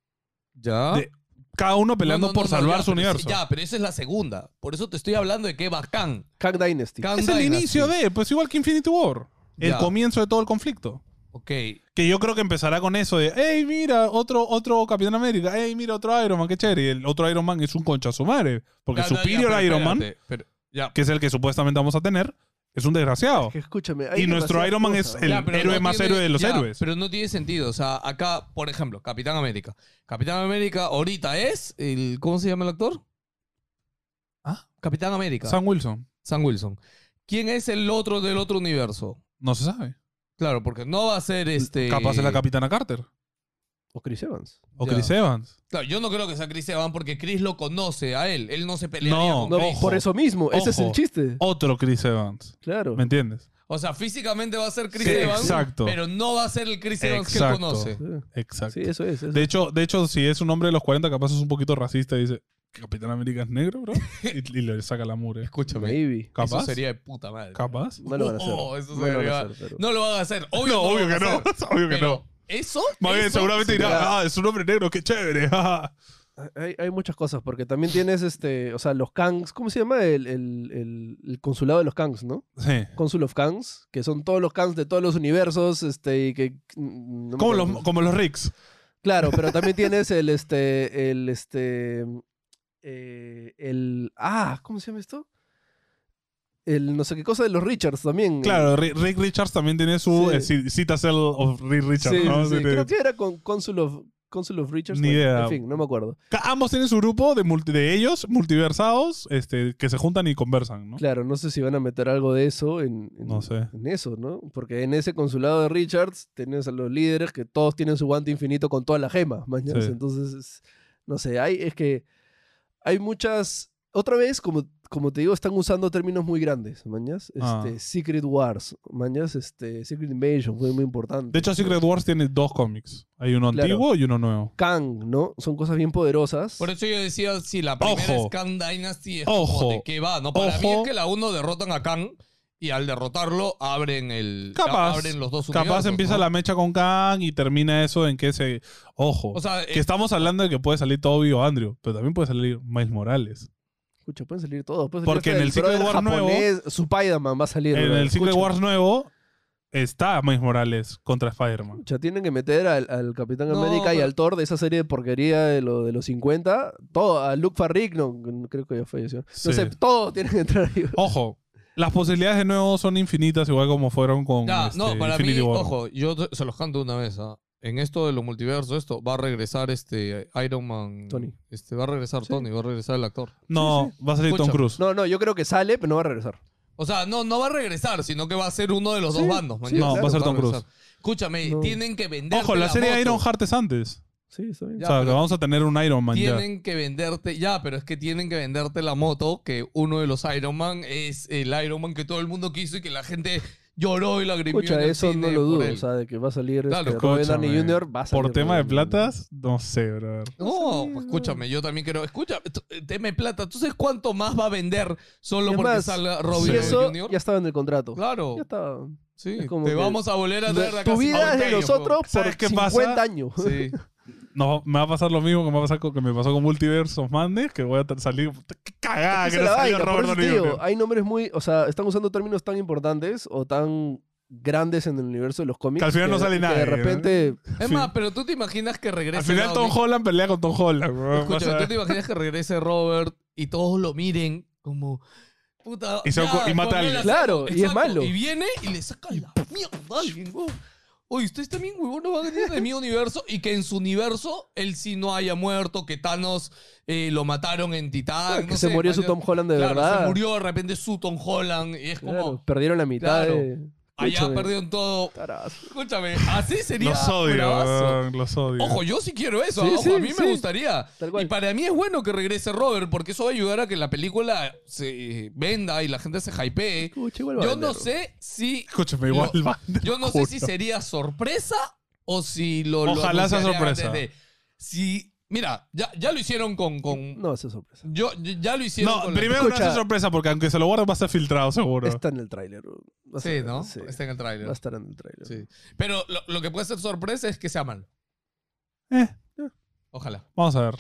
S1: ¿Ya?
S2: De- Cada uno peleando
S1: No, no,
S2: por
S1: no,
S2: salvar
S1: ya,
S2: su
S1: pero
S2: universo.
S1: es- Ya, pero esa es la segunda. Por eso te estoy hablando de qué va Kang.
S3: Kang Dynasty.
S1: Kang
S2: es el
S1: Dynasty.
S2: inicio de, pues igual que Infinity War. El
S1: Ya.
S2: comienzo de todo el conflicto.
S1: Ok.
S2: Que yo creo que empezará con eso de, hey, mira, otro, otro Capitán América, hey, mira, otro Iron Man, qué chévere. Y el otro Iron Man es un concha a su madre. Porque
S1: Ya, ya, ya,
S2: Superior
S1: pero
S2: Iron Man,
S1: espérate, pero- ya.
S2: que es el que supuestamente vamos a tener, es un desgraciado.
S3: Que escúchame. hay
S2: Y nuestro
S3: demasiadas
S2: Iron Man es
S3: cosas.
S2: el
S1: Ya, pero
S2: héroe
S1: no
S2: más
S1: tiene-
S2: héroe de los
S1: ya,
S2: héroes.
S1: Pero no tiene sentido. O sea, acá, por ejemplo, Capitán América. Capitán América ahorita es el. ¿Cómo se llama el actor?
S2: Ah.
S1: Capitán América. Sam,
S2: Sam Wilson.
S1: Wilson. ¿Quién es el otro del otro universo?
S2: No se sabe.
S1: Claro, porque no va a ser este.
S2: Capaz es la Capitana Carter.
S3: O Chris Evans.
S2: O
S1: Ya.
S2: Chris Evans.
S1: Claro, yo no creo que sea Chris Evans porque Chris lo conoce a él. Él no se pelea.
S2: No,
S1: con
S3: No,
S1: Chris.
S3: por eso mismo. Ese es el
S2: Ojo.
S3: chiste.
S2: Otro Chris Evans.
S3: Claro.
S2: ¿Me entiendes?
S1: O sea, físicamente va a ser Chris
S2: Sí,
S1: Evans.
S2: exacto.
S1: Pero no va a ser el Chris Evans que él
S2: Exacto.
S1: conoce.
S3: Sí,
S2: Exacto.
S3: Sí, eso es. eso
S2: De
S3: es.
S2: hecho, de hecho, si es un hombre de los 40, capaz es un poquito racista y dice, Capitán América es negro, bro. y, y le saca la mure.
S1: Escúchame.
S3: Maybe.
S2: Capaz.
S1: Eso sería de puta madre.
S2: Capaz.
S3: No lo van a hacer.
S1: Oh, eso
S3: No lo van a
S1: sería-
S3: hacer, pero-
S1: No lo van a hacer. Obvio, lo
S2: no, obvio
S1: van a
S2: que no.
S1: hacer.
S2: obvio que
S1: Pero
S2: no.
S1: Eso.
S2: Más bien,
S1: eso
S2: seguramente
S3: será-
S2: dirá, ah, es un hombre negro, qué chévere. jaja".
S3: Hay, hay muchas cosas, porque también tienes este, o sea, los Kangs, ¿cómo se llama? El, el- el- el consulado de los Kangs, ¿no?
S2: sí.
S3: Consul of Kangs, que son todos los Kangs de todos los universos, este, y que... mm, no me
S2: Como
S3: acuerdo.
S2: los, como los Ricks.
S3: Claro, pero también tienes el, este, el, este, eh, el, ah, ¿cómo se llama esto? El no sé qué cosa de los Richards también. eh.
S2: Claro, Ri- Rick Richards también tiene su
S3: Mm. Sí.
S2: eh, ci- Cita Cell of Rick
S3: Sí,
S2: Richards,
S3: sí,
S2: ¿no? Este,
S3: sí.
S2: Sí,
S3: Creo
S2: sí.
S3: que era con Consul of, Consul of Richards.
S2: Ni
S3: bueno,
S2: idea.
S3: En fin, no me acuerdo.
S2: Ca- Ambos tienen su grupo de, multi- de ellos, multiversados, este, que se juntan y conversan, ¿no?
S3: Claro, no sé si van a meter algo de eso en, en-
S2: No sé.
S3: en eso, ¿no? Porque en ese consulado de Richards tenés a los líderes que todos tienen su guante infinito con todas las gemas, mañana.
S2: Sí.
S3: Entonces, es- no sé, hay, es que hay muchas... Otra vez, como, como te digo, están usando términos muy grandes, mañas. Este,
S2: Ah.
S3: Secret Wars, mañas, este, Secret Invasion fue muy importante.
S2: De hecho, Secret Wars tiene dos cómics. Hay uno
S3: Claro.
S2: antiguo y uno nuevo.
S3: Kang, ¿no? Son cosas bien poderosas.
S2: e
S1: Por eso yo decía, si la primera
S2: Ojo.
S1: es Kang Dynasty, es
S2: Ojo.
S1: como de qué va. No, para mí
S2: Ojo.
S1: es que la 1 derrotan a Kang y al derrotarlo abren el
S2: Capaz.
S1: abren los dos
S2: Capaz
S1: universos,
S2: empieza
S1: ¿no?
S2: la mecha con Kang y termina eso en que se. Ojo.
S1: O sea,
S2: que
S1: eh,
S2: estamos hablando de que puede salir Toby o Andrew, pero también puede salir Miles Morales.
S3: Escucha, pueden salir todos. puede salir
S2: Porque
S3: hasta
S2: en el Secret
S3: brother
S2: War nuevo-
S3: japonés, Spider-Man va a salir.
S2: en
S3: bro.
S2: el Secret
S3: Escucha.
S2: Wars nuevo está Miles Morales contra Spider-Man.
S3: Ya tienen que meter al, al Capitán
S1: No,
S3: América y
S1: pero-
S3: al Thor de esa serie de porquería de, lo, de los 50. Todo, a Luke Farrick, no, creo que ya falleció.
S2: Sí.
S3: No sé, todo tiene que entrar ahí.
S2: Ojo. Las posibilidades de nuevo son infinitas, igual como fueron con
S1: ya,
S2: este,
S1: no, para
S2: Infinity
S1: mí,
S2: War.
S1: ojo, yo te- se los canto una vez. ¿ah? En esto de los multiversos, esto va a regresar este Iron Man.
S3: Tony.
S1: Este, va a regresar
S3: Sí.
S1: Tony, va a regresar el actor.
S2: No, va a salir Tom
S1: Escucha.
S2: Cruise.
S3: No, no, yo creo que sale, pero no va a regresar.
S1: O sea, no, no va a regresar, sino que va a ser uno de los
S3: Sí,
S1: dos bandos. man.
S3: sí,
S1: Ya,
S3: No,
S2: va a ser Tom
S1: regresar.
S2: Cruise.
S1: Escúchame,
S3: No.
S1: tienen que vender.
S2: Ojo, la, serie de Iron Heart es antes.
S3: Sí, está bien.
S1: Ya,
S2: o sea,
S1: pero
S2: vamos a tener un Iron Man ya.
S1: Tienen que venderte, ya, pero es que tienen que venderte la moto, que uno de los Iron Man es el Iron Man que todo el mundo quiso y que la gente lloró y lagrimió.
S3: Escucha,
S1: en el
S3: eso
S1: cine
S3: no lo
S1: por
S3: dudo.
S1: él.
S3: O sea, de que va a salir
S1: Claro,
S3: este, Robert Downey
S2: escúchame.
S3: Jr. va a salir.
S2: Por tema de
S3: Robert Downey
S2: platas, no sé, brother.
S1: no, pues, escúchame, yo también quiero. Escucha, tú- deme plata. ¿Tú sabes cuánto más va a vender solo
S3: Y es
S1: porque
S3: más,
S1: salga
S3: Jr.
S1: Robin
S3: Y
S2: Sí.
S3: eso
S1: Jr.?
S3: ya estaba en el contrato.
S1: Claro,
S3: Ya estaba.
S1: sí.
S3: es como
S1: Te
S3: que-
S1: vamos a volver a traer acá.
S3: Tu vida es de nosotros por
S2: ¿Sabes qué
S3: 50
S2: pasa?
S3: años.
S1: Sí.
S2: no, me va a pasar lo mismo que me, va a pasar con- que me pasó con Multiverse of Madness, que voy a ter- salir. puta, ¡Qué cagada!
S3: Esa
S2: Ah, Que
S3: es
S2: no
S3: la
S2: salió
S3: vaina, por
S2: Robert
S3: eso te
S2: Downey
S3: digo,
S2: Jr.
S3: hay nombres muy, o sea, están usando términos tan importantes o tan grandes en el universo de los cómics.
S2: Que al final no sale
S3: Que de
S2: nadie, ¿no?
S3: repente,
S1: Es
S2: Sí.
S1: más, pero tú te imaginas que regrese.
S2: Al final Tom
S1: Downey-
S2: Holland pelea con Tom Holland. weón, vas a
S1: Escúchame,
S2: ver.
S1: tú te imaginas que regrese Robert y todos lo miren como. Puta.
S2: Y se ocu- y mata a alguien.
S1: la-
S3: claro, y es
S1: Exacto,
S3: malo.
S1: Y viene y le saca la mierda a alguien, weón. Oye, ustedes también, huevón, no van a venir de mi universo y que en su universo él sí no haya muerto, que Thanos eh, lo mataron en Titán.
S3: Ah, que
S1: ah, no
S3: se
S1: sé,
S3: murió su
S1: mañana-
S3: Tom Holland de
S1: Claro,
S3: verdad.
S1: Se murió de repente su Tom Holland y es
S3: Claro,
S1: como.
S3: perdieron la mitad.
S1: Claro.
S3: de-
S1: Allá
S3: escúchame.
S1: perdieron todo.
S3: Carazo.
S1: Escúchame, así sería.
S2: Los odio,
S1: bravazo.
S2: weón, los odio.
S1: Ojo, yo sí quiero eso.
S3: Sí,
S1: ojo,
S3: sí,
S1: a mí
S3: sí.
S1: me gustaría.
S3: Tal cual.
S1: Y para mí es bueno que regrese Robert, porque eso va a ayudar a que la película se eh, venda y la gente se hypee.
S3: Pucha, igual va a
S1: Yo
S3: vender.
S1: no sé si.
S2: Escúchame, igual
S1: Lo-
S2: va-
S1: Yo no sé si
S2: juro.
S1: sería sorpresa o si lo. lo
S2: Ojalá sea
S1: anunciarían
S2: sorpresa.
S1: antes de- si. Mira, ya, ya lo hicieron con. con
S3: No, esa es sorpresa.
S1: Yo, ya lo hicieron
S2: No,
S1: con. la- Este
S2: primero
S3: Escucha.
S2: no es sorpresa, porque aunque se lo guarden va a estar filtrado, seguro.
S3: Está en el tráiler. Va a
S1: Sí,
S3: ser-
S1: ¿no?
S3: sí,
S1: Está en el
S3: Va a
S1: tráiler.
S3: estar en el tráiler.
S1: Sí. Pero lo, lo que puede ser sorpresa es que sea malo.
S2: Eh,
S1: Ojalá.
S2: vamos a ver.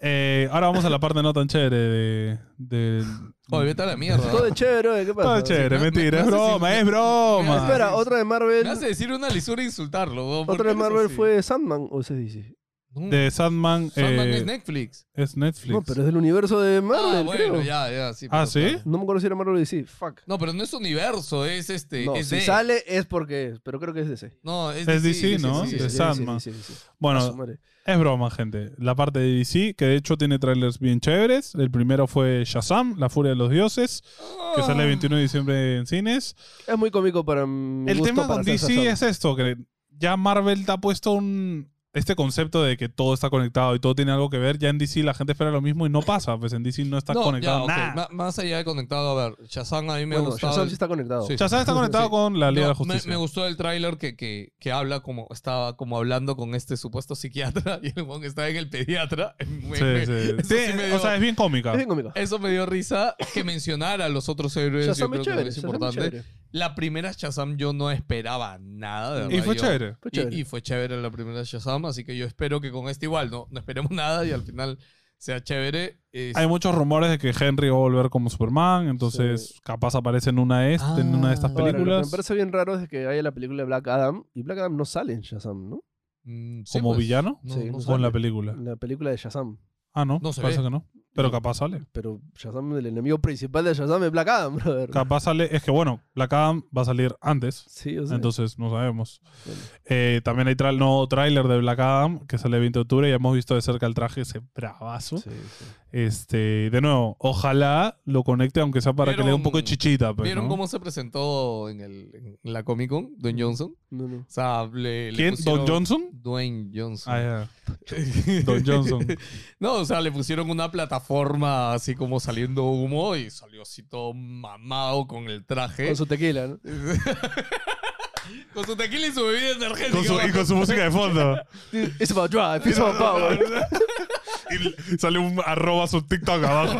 S2: Eh, ahora vamos a la parte no tan chévere de. de-
S1: Oye, vete a la mierda.
S3: Todo es chévere, oye, ¿qué pasa?
S2: Todo chévere,
S1: me- me
S2: mentira, es
S1: hace
S2: broma,
S1: sin-
S2: es broma.
S1: me-
S3: Espera, otra de Marvel.
S1: Me hace decir una lisura e insultarlo. weón. ¿Por
S3: Eh, Otra de
S1: qué eres
S3: Marvel
S1: así?
S3: fue Sandman, o ese dice.
S1: No,
S2: De Sandman,
S1: Sandman
S2: eh,
S1: es Netflix.
S2: es Netflix.
S3: No, pero es del universo de Marvel,
S1: ah, bueno,
S3: creo.
S1: ya, ya, sí.
S2: Ah,
S1: pero
S2: ¿sí?
S1: claro.
S3: No me acuerdo si era Marvel o DC. Fuck.
S1: No, pero no es universo, es este.
S3: No,
S1: es
S3: si
S1: de-
S3: sale es porque es, pero creo que es DC.
S1: No, es,
S2: Es DC, ¿no?
S1: sí, sí,
S2: De
S1: sí.
S2: Sandman.
S3: Sí, sí, sí, sí. A su
S2: Bueno,
S3: madre.
S2: es broma, gente. La parte de DC, que de hecho tiene trailers bien chéveres. El primero fue Shazam, La Furia de los Dioses, que
S1: Ah.
S2: sale el 21 de diciembre en cines.
S3: Es muy cómico para mi
S2: El
S3: gusto
S2: tema
S3: para
S2: con
S3: hacer
S2: DC
S3: Shazam.
S2: es esto, que ya Marvel te ha puesto un este concepto de que todo está conectado y todo tiene algo que ver. Ya en DC la gente espera lo mismo y no pasa. Pues en DC no está
S1: No,
S2: conectado
S1: ya, ok,
S2: nada.
S1: ma- Más allá de conectado, a ver, Shazam a mí me
S3: Bueno,
S1: gustó.
S3: Shazam sí está conectado.
S1: Sí.
S2: Shazam está conectado
S1: Sí.
S2: con la Liga de la
S1: me,
S2: Justicia.
S1: me gustó el tráiler que, que, que habla como estaba como hablando con este supuesto psiquiatra y el que estaba en el pediatra. Me-
S2: Sí,
S1: me-
S2: sí.
S1: Eso, sí
S2: Sí,
S1: me
S2: O
S1: dio-
S2: sea, es bien cómica.
S3: Es bien cómico.
S1: eso me dio risa que mencionara a los otros héroes. yo
S3: Shazam
S1: creo
S3: es
S1: que
S3: chévere.
S1: es
S3: Shazam es
S1: importante.
S3: chévere.
S1: La primera Shazam yo no esperaba nada. de
S2: Y
S1: verdad,
S2: fue
S1: yo-
S2: chévere.
S3: Fue
S1: Y-
S3: chévere.
S1: Y, fue chévere la primera Shazam, así que yo espero que con este igual, no, no esperemos nada y al final sea chévere. Es-
S2: Hay muchos rumores de que Henry va a volver como Superman, entonces capaz aparece en una de, est- en una de estas
S1: Ah.
S3: Ahora, lo que
S2: películas
S3: me parece bien raro es que haya la película de Black Adam y Black Adam no sale en Shazam, ¿no?
S1: Mm, sí,
S2: como
S1: pues.
S2: villano
S1: No,
S3: Sí,
S1: no
S3: no
S1: sé.
S2: o en la
S3: sale.
S2: película.
S3: La película de Shazam.
S2: Ah, no,
S1: No se
S2: parece
S1: ve.
S2: que no. Pero capaz sale.
S3: Pero Shazam, el enemigo principal de Shazam es Black Adam, brother.
S2: Capaz sale, es que bueno, Black Adam va a salir antes,
S3: Sí, o sea.
S2: entonces no sabemos.
S3: bueno.
S2: Eh, también hay tra- nuevo tráiler de Black Adam que sale el 20 de octubre. Ya hemos visto de cerca el traje, ese bravazo.
S3: Sí, sí.
S2: Este, de nuevo, ojalá lo conecte, aunque sea para que le dé un poco de
S1: ¿Vieron-
S2: chichita. pues,
S1: ¿Vieron
S2: ¿no?
S1: cómo se presentó en, el, en la Comic Con Dwayne Johnson?
S3: No, no.
S1: O sea, le, le
S2: ¿Quién?
S1: pusieron-
S2: ¿Don Johnson?
S1: Dwayne Johnson.
S2: Ah, ya. Don Johnson.
S1: No, o sea, le pusieron una plataforma así como saliendo humo y salió así todo mamado con el traje.
S3: Con su tequila, ¿no?
S1: Con su tequila y su bebida energética.
S2: Con su- y con su música de fondo.
S3: It's about drive, it's about power.
S2: y sale un arroba su TikTok abajo.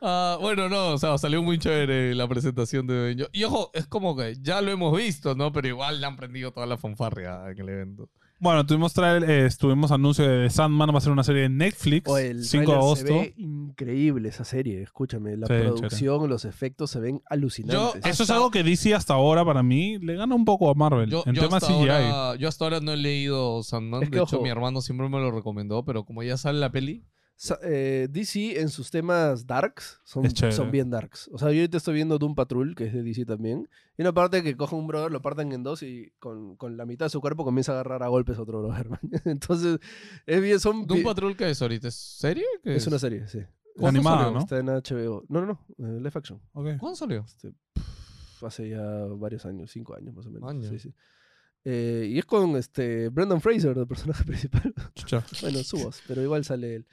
S1: Ah, bueno, no, o sea, salió muy chévere la presentación de Dwayne Johnson. Y ojo, es como que ya lo hemos visto, ¿no? Pero igual le han prendido toda la fanfarria en el evento.
S2: bueno, tuvimos, trail, eh, tuvimos anuncio de Sandman, va a ser una serie de Netflix,
S3: Oye, el
S2: 5 de
S3: tráiler se
S2: agosto.
S3: ve increíble esa serie, escúchame. La
S2: Sí, chévere.
S3: producción, los efectos se ven alucinantes.
S1: Yo-
S2: Eso es
S1: hasta-
S2: algo que DC hasta ahora para mí le gana un poco a Marvel
S1: Yo,
S2: en
S1: yo
S2: tema
S1: hasta
S2: CGI.
S1: ahora, yo hasta ahora no he leído Sandman.
S3: Es que,
S1: de hecho,
S3: ojo.
S1: mi hermano siempre me lo recomendó, pero como ya sale la peli,
S3: Sa- eh, DC en sus temas darks son,
S2: Es chévere.
S3: son bien darks. O sea, yo ahorita estoy viendo Doom Patrol, que es de DC también. Y una parte que coge un brother, lo parten en dos y con, con la mitad de su cuerpo comienza a agarrar a golpes a otro brother. man. Entonces, es bien, son.
S1: ¿Doom
S3: bien-
S1: Patrol qué es ahorita? ¿Es serie? ¿Qué
S3: es una serie, sí.
S1: ¿Cuándo
S2: Animada,
S1: salió?
S2: ¿no?
S3: Está en HBO. No, no, no. eh, Live Action.
S2: Ok.
S1: ¿Cuándo salió?
S3: Este, pff, hace ya varios años, cinco años más o menos.
S1: Año.
S3: Sí, sí. Eh, y es con este Brendan Fraser, el personaje principal.
S2: Chucha.
S3: bueno, su voz, pero igual sale él.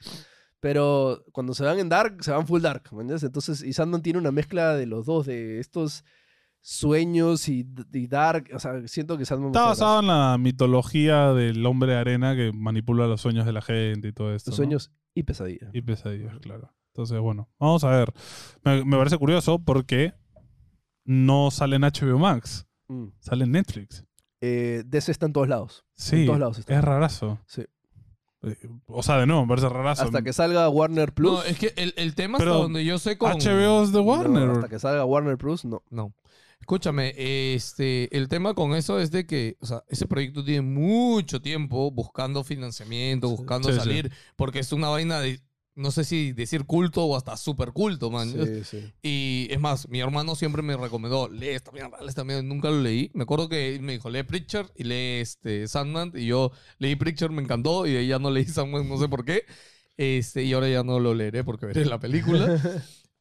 S3: Pero cuando se van en Dark, se van full Dark, ¿me entiendes? Entonces, y Sandman tiene una mezcla de los dos, de estos sueños y, y Dark. O sea, siento que Sandman...
S2: Está
S3: está
S2: basado en la mitología del hombre de arena que manipula los sueños de la gente y todo esto.
S3: Los
S2: ¿no?
S3: sueños y pesadillas.
S2: Y pesadillas, claro. Entonces, bueno, vamos a ver. Me, me parece curioso porque no sale en HBO Max,
S3: Mm.
S2: sale en Netflix.
S3: eh, DC está en todos lados.
S2: Sí,
S3: todos lados está.
S2: es rarazo.
S3: Sí.
S2: Eh, O sea, de nuevo, me parece rarazo.
S3: Hasta que salga Warner Plus.
S1: No, es que el, el tema hasta
S2: Pero
S1: donde yo sé con...
S2: HBO es de
S3: no,
S2: Warner.
S3: hasta que salga Warner Plus, no.
S1: No. Escúchame, este, el tema con eso es de que, o sea, ese proyecto tiene mucho tiempo buscando financiamiento,
S3: Sí.
S1: buscando
S2: Sí, sí.
S1: salir, porque es una vaina de, no sé si decir culto o hasta super culto, man.
S3: Sí, sí.
S1: Y es más, mi hermano siempre me recomendó, lee esta mierda, lee esta mierda, nunca lo leí. Me acuerdo que él me dijo, lee Preacher y lee este, Sandman, y yo leí Preacher, me encantó, y de ahí ya no leí Sandman, no sé por qué. Este, y ahora ya no lo leeré porque veré la película.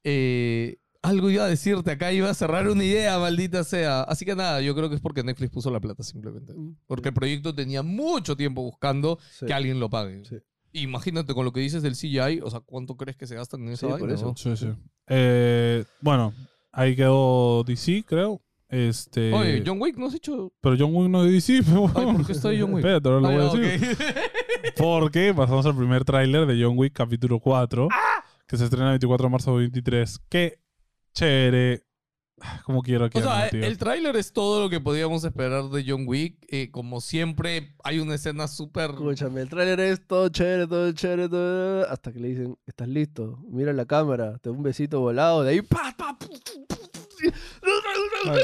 S1: Eh, algo iba a decirte, acá iba a cerrar una idea, maldita sea. Así que nada, yo creo que es porque Netflix puso la plata simplemente. Porque el proyecto tenía mucho tiempo buscando
S3: Sí.
S1: que alguien lo pague.
S3: Sí.
S1: Imagínate con lo que dices del CGI, o sea, ¿cuánto crees que se gastan en esa
S3: Sí, por
S1: vaina?
S3: eso.
S1: no?
S2: Sí, sí. Eh, bueno, ahí quedó DC, creo. Este,
S3: Eh,
S1: Oye, John Wick, ¿no has hecho
S2: Pero John Wick no es DC. pero
S1: Ay,
S2: bueno.
S1: ¿por qué está ahí John Wick?
S2: Espérate, ahora lo
S1: Ah,
S2: voy
S1: ya,
S2: a decir. Porque pasamos al primer tráiler de John Wick capítulo 4,
S1: ¡Ah!
S2: que se estrena el 24 de marzo de 23. ¡Qué chévere! Ah, Como quiero que
S1: ok. O sea,
S2: hagan, tío.
S1: el tráiler es todo lo que podíamos esperar de John Wick. Eh, como siempre, hay una escena súper...
S3: Escúchame, el tráiler es todo chévere, todo chévere, todo... Hasta que le dicen, estás listo, mira la cámara, te doy un besito volado, de ahí... Pa, pa, pu, pu, pu, pu.
S2: Ay,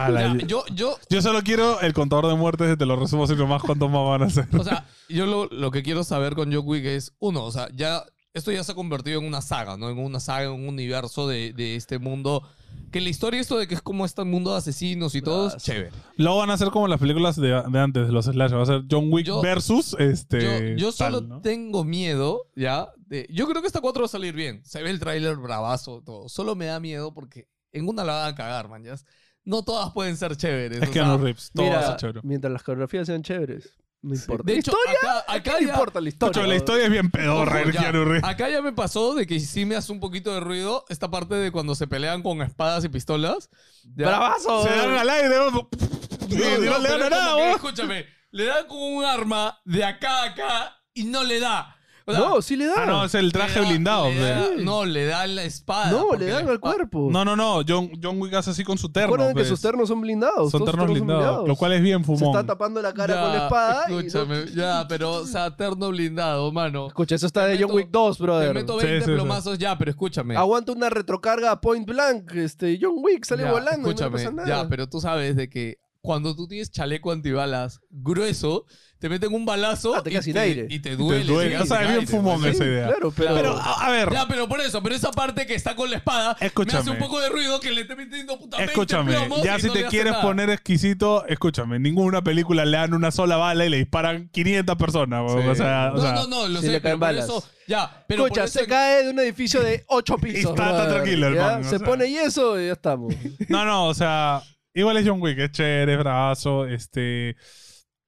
S2: ala,
S1: Ya,
S2: yo,
S1: yo, yo,
S2: yo solo quiero el contador de muertes y te lo resumo así nomás cuántos más van a ser.
S1: o sea, yo lo, lo que quiero saber con John Wick es, uno, o sea, ya... Esto ya se ha convertido en una saga, ¿no? En una saga, en un universo de, de este mundo. Que la historia, esto de que es como este mundo de asesinos y todo,
S3: Ah,
S1: es
S3: sí.
S1: chévere.
S2: Luego van a ser como las películas de, de antes, los slasher. Va a ser John Wick
S1: Yo-
S2: versus este.
S1: Yo, yo
S2: tal,
S1: solo
S2: ¿no?
S1: tengo miedo, ¿ya? de- yo creo que esta 4 va a salir bien. Se ve el tráiler bravazo, todo. Solo me da miedo porque en una la van a cagar, man. ¿ya? No todas pueden ser chéveres.
S2: Es
S1: o
S2: que
S1: sea,
S2: no rips, todo va a ser
S3: Mira,
S2: chévere.
S3: mientras las coreografías sean chéveres, no importa.
S1: de hecho,
S3: Historia,
S1: acá, acá
S3: no
S1: ya,
S3: importa la historia.
S2: ah, Escucho, la historia es bien pedorra,
S1: ojo,
S2: el
S1: ya,
S2: Keanu Reeves.
S1: acá ya me pasó de que sí me hace un poquito de ruido esta parte de cuando se pelean con espadas y pistolas. ¿ya?
S3: ¡Bravazo!
S2: Se dan al aire, ¿no? Y
S1: Ah, No,
S2: no
S1: no, pero es como
S2: le dan a
S1: que,
S2: nada, ¿no?
S1: Escúchame, le dan con un arma de acá a acá y no le da. O sea,
S3: No, sí le dan.
S2: Ah, no, es el
S1: Le
S2: traje
S1: da-
S2: blindado.
S1: le
S2: o sea.
S1: da- no, le dan la espada.
S3: no,
S1: porque
S3: le dan
S1: la
S3: al
S1: espada-
S3: cuerpo.
S2: Ah, No, no, no. John, John Wick hace así con su terno.
S3: Recuerden que
S2: pues.
S3: sus ternos son blindados.
S2: Son
S3: todos sus
S2: ternos blindados. Lo cual es bien
S3: Se está
S2: fumón.
S3: tapando la cara
S1: Ya,
S3: con la espada. y no-
S1: Escúchame, ya, pero, o sea, terno blindado, mano.
S3: Escucha, eso está
S1: Te
S3: de John
S1: meto-
S3: Wick 2,
S1: Te
S3: brother.
S1: meto
S2: Sí,
S1: 20
S2: sí, sí.
S1: plomazos ya, pero escúchame.
S3: Aguanta una retrocarga a point blank. Este, John Wick sale
S1: Ya,
S3: volando. y no le
S1: Escúchame,
S3: pasa nada.
S1: ya, pero tú sabes de que cuando tú tienes chaleco antibalas grueso, te meten un balazo
S3: Ah, te quedas
S1: y,
S3: sin
S1: te,
S3: aire.
S1: y te
S2: Te
S1: duele.
S2: duele.
S1: te
S2: O
S1: quedas
S2: sea,
S1: sin
S2: es bien
S1: aire,
S2: fumón
S1: pues.
S3: Sí,
S2: esa idea.
S3: Claro, pero.
S1: Claro.
S2: Pero, a, a ver,
S1: Ya, pero por eso, pero esa parte que está con la espada me hace
S2: Escúchame.
S1: un poco de ruido que le esté metiendo puta 20
S2: escúchame.
S1: plomos
S2: Ya
S1: y
S2: si
S1: no le
S2: te
S1: hace
S2: quieres
S1: nada.
S2: poner exquisito, escúchame. Ninguna película le dan una sola bala y le disparan 500 personas. weón.
S1: Sí.
S2: O sea, o
S1: no,
S2: sea,
S1: no, no, lo
S3: si
S1: sé,
S3: le
S1: pero
S3: caen
S1: por
S3: balas.
S1: eso, ya, pero
S3: Escucha,
S1: por eso
S3: se cae de un edificio de 8 pisos.
S2: está- está
S3: brother,
S2: tranquilo el
S3: ¿ya?
S2: man, o
S3: Se
S2: sea.
S3: pone y eso y ya estamos.
S2: no, no, o sea, igual es John Wick. Es chévere, es bravazo. Este.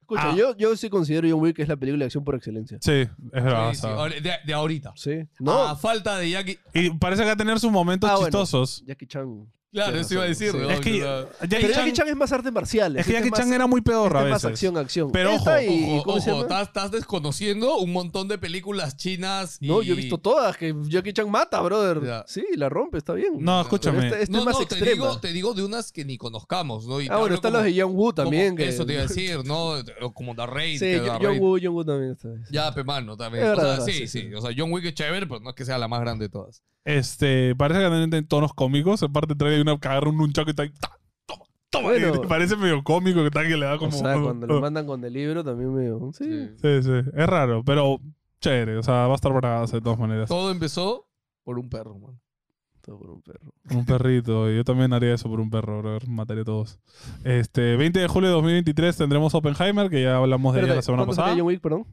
S3: Escucha,
S2: Ah.
S3: yo, yo sí considero John Wick que es la película de acción por excelencia.
S2: Sí, es bravazo.
S1: Sí, sí, ahora- de, de ahorita.
S3: Sí.
S1: No. A
S3: No.
S1: falta de Jackie.
S2: Y parece que va a tener sus momentos
S3: Ah, bueno.
S2: chistosos.
S3: Jackie Chan.
S1: Claro,
S3: Tienes
S1: eso iba a
S3: razón,
S1: decir.
S3: sí.
S1: ¿no?
S2: Es que
S1: Claro.
S2: Jackie
S3: Pero Jackie
S2: Chan-
S3: Chan es más artes marciales.
S2: es que Jackie
S3: este
S2: Chan
S3: más-
S2: era muy pedorra a
S3: este es más
S2: veces.
S3: acción, acción.
S2: Pero
S3: Esta
S2: ojo,
S3: y-
S1: Ojo,
S3: ¿cómo se
S1: ojo,
S3: llama?
S1: estás, estás desconociendo un montón de películas chinas. y-
S3: No, yo he visto todas, que Jackie Chan mata, brother.
S1: Ya.
S3: Sí, la rompe, está bien.
S2: No,
S3: Pero
S2: escúchame.
S3: este, este
S1: no,
S3: es más
S1: no, te
S3: extremo.
S1: digo, te digo de unas que ni conozcamos, ¿no? Y te
S3: Ah, bueno,
S1: hablo
S3: están
S1: como-
S3: los de John Woo
S1: como-
S3: también. que-
S1: Eso te iba a decir, ¿no? O Como The Raid.
S3: Sí,
S1: que The
S3: John
S1: Raid-
S3: Woo, John Woo también está.
S1: Ya, Pemano también.
S3: Es
S1: o sea,
S3: verdad,
S1: sí,
S3: sí,
S1: sí,
S3: sí.
S1: O sea, John Wick es chévere, pero no es que sea la más grande de todas.
S2: Este, parece que también tiene tonos cómicos. En parte trae una que agarra un nunchaku y está ahí, ta, toma, toma. Y
S3: Bueno.
S2: parece medio cómico que está que le da
S3: O
S2: como.
S3: sea, cuando lo mandan con el libro también medio... Sí.
S2: Sí, sí. Es raro, pero chévere. O sea, va a estar bravazo de todas maneras.
S1: Todo empezó por un perro, man.
S3: Todo por un perro.
S2: Un perrito. y Yo también haría eso por un perro, bro. Mataría a todos. Este, 20 de julio de 2023 tendremos Oppenheimer, que ya hablamos de ella
S3: Espérate,
S2: la semana
S3: ¿cuándo sale
S2: pasada.
S3: John Wick, perdón?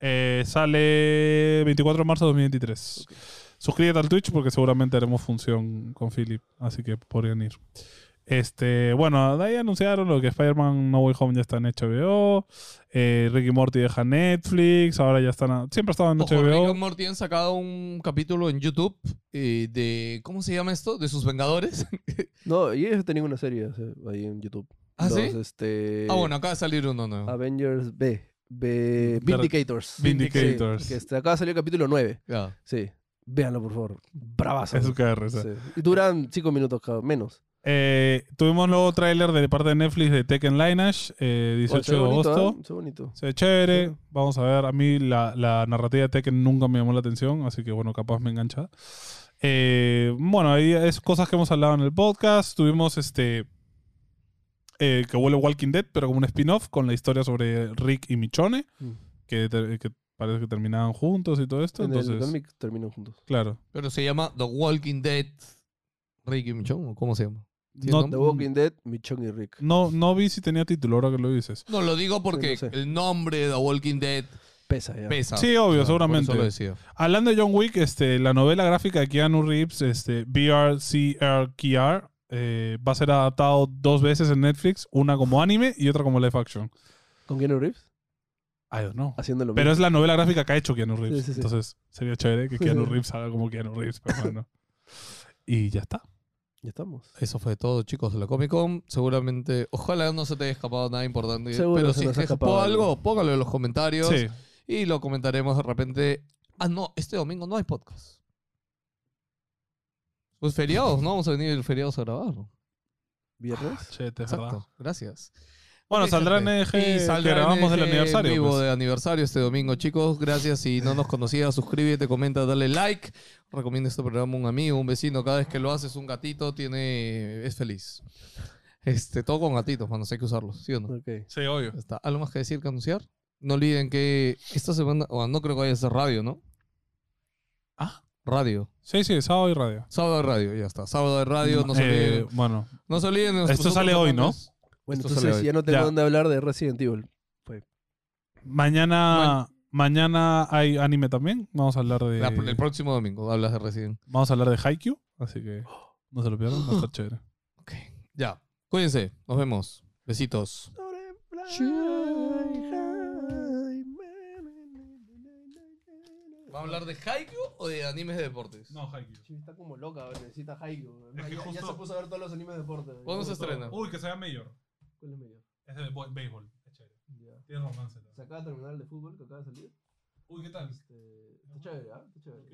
S2: Eh, sale 24 de marzo de 2023. Suscríbete al Twitch porque seguramente haremos función con Philip, así que podrían ir. Este, bueno, de ahí anunciaron lo que Spider-Man No Way Home ya está en HBO, eh, Ricky Morty deja Netflix, ahora ya están, a- siempre estaban en
S1: Ojo, Rick
S2: HBO.
S1: and Morty han sacado un capítulo en YouTube eh, de. ¿Cómo se llama esto? De sus Vengadores.
S3: No, y ellos tenían una serie o sea, ahí en YouTube.
S1: ¿Ah,
S3: Los,
S1: sí?
S3: este...
S1: Ah, bueno, acaba de salir uno nuevo.
S3: Avengers B. B...
S2: Claro.
S3: Vindicators.
S2: Vindicators.
S3: Sí, que este, acaba de salir el capítulo 9.
S1: Ya.
S3: Sí. Véanlo, por favor. Bravazo.
S2: Es su KR, o sea.
S3: Sí. Y duran 5 minutos cada, menos.
S2: Eh, tuvimos luego tráiler de parte de Netflix de Tekken Lineage, eh, 18 de agosto.
S3: Qué bonito. ¿eh?
S2: Se ve chévere.
S3: Sí.
S2: Vamos a ver. A mí la, la narrativa de Tekken nunca me llamó la atención, así que bueno, capaz me engancha. Eh, bueno, ahí es cosas que hemos hablado en el podcast. Tuvimos este. eh, que vuelve Walking Dead, pero como un spin-off con la historia sobre Rick y Michonne,
S3: Mm.
S2: que, ter- que parece que terminaban juntos y todo esto.
S3: En el
S2: Entonces,
S3: cómic terminan juntos.
S2: claro.
S1: Pero se llama The Walking Dead. Ricky Michon, ¿o ¿cómo se llama? ¿Tiene
S2: No-
S3: The
S1: nombre?
S3: Walking Dead, Michonne y Rick.
S1: Mm.
S2: No, no vi si tenía título ahora que lo dices.
S1: No, lo digo porque
S3: Sí, no sé.
S1: el nombre de The Walking Dead
S3: Pesa ya.
S1: pesa.
S2: Sí, obvio,
S1: por
S2: seguramente.
S1: eso lo decía.
S2: Hablando de John Wick, este, la novela gráfica de Keanu Reeves, este, BRCRKR, eh, va a ser adaptado dos veces en Netflix, una como anime y otra como live action.
S3: ¿Con Keanu Reeves?
S2: I don't know.
S3: Haciendo lo mismo.
S2: Pero es la novela gráfica que ha hecho Keanu Reeves.
S3: Sí, sí, sí.
S2: Entonces sería chévere que Keanu Reeves haga como Keanu Reeves, pero bueno. Y ya está.
S3: Ya estamos.
S1: Eso fue todo, chicos, de la Comic Con. Seguramente, ojalá no se te haya escapado nada importante.
S3: Seguro
S1: pero
S3: se
S1: si
S3: nos
S1: es que
S3: ha escapado
S1: escapó algo, póngalo en los comentarios
S2: Sí.
S1: y lo comentaremos de repente. Ah, no, este domingo no hay podcast. Pues feriados, no vamos a venir el feriados a grabar. Ah,
S3: ¿Viernes?
S2: Chete, es verdad.
S1: Exacto, gracias.
S2: Bueno,
S1: Ok,
S2: saldrá en
S1: gente. Y
S2: EG que
S1: saldrá en
S2: grabamos del
S1: EG en
S2: aniversario.
S1: vivo
S2: pues.
S1: de aniversario este domingo, chicos. Gracias. Si no nos conocías, suscríbete, comenta, dale like. Recomienda este programa a un amigo, un vecino. Cada vez que lo haces, un gatito tiene es feliz. Este, todo con gatitos, no sé qué usarlos, ¿sí o no?
S3: Ok.
S2: Sí, obvio.
S1: Ya está. ¿Algo más que decir que anunciar? No olviden que esta semana, o no creo que vaya a ser radio, ¿no?
S2: Ah.
S1: Radio.
S2: Sí, sí, sábado y radio.
S1: Sábado de radio, ya está. Sábado de radio, no se
S2: Eh,
S1: olviden.
S2: bueno,
S1: No se olviden de nuestros
S2: esto sale
S1: otros
S2: hoy, ¿no?
S1: apuntes.
S3: Bueno,
S1: Esto sale
S3: entonces
S1: hoy.
S3: ya no tengo
S2: Ya.
S3: dónde hablar de Resident Evil.
S2: mañana, mañana hay anime también. Vamos a hablar de.
S1: La- el próximo domingo hablas de Resident.
S2: Vamos a hablar de Haikyuu, así que no se lo pierdan, va a estar chévere.
S1: Ok, ya. Cuídense. Nos vemos. Besitos. ¿Va a hablar de Haikyuu o de animes de deportes?
S2: Haikyuu.
S3: Está como loca, necesita Haigo.
S2: Es que Ya- ya justo- se
S3: puso a ver todos los animes de deporte.
S1: ¿Cuándo se estrena?
S2: Uy, que sea mayor. Es de béisbol, es chévere. Tiene romance.
S3: Se acaba de terminar el de fútbol que acaba de salir.
S2: Uy, ¿qué tal?
S3: Este, está chévere, ¿ah? Está chévere.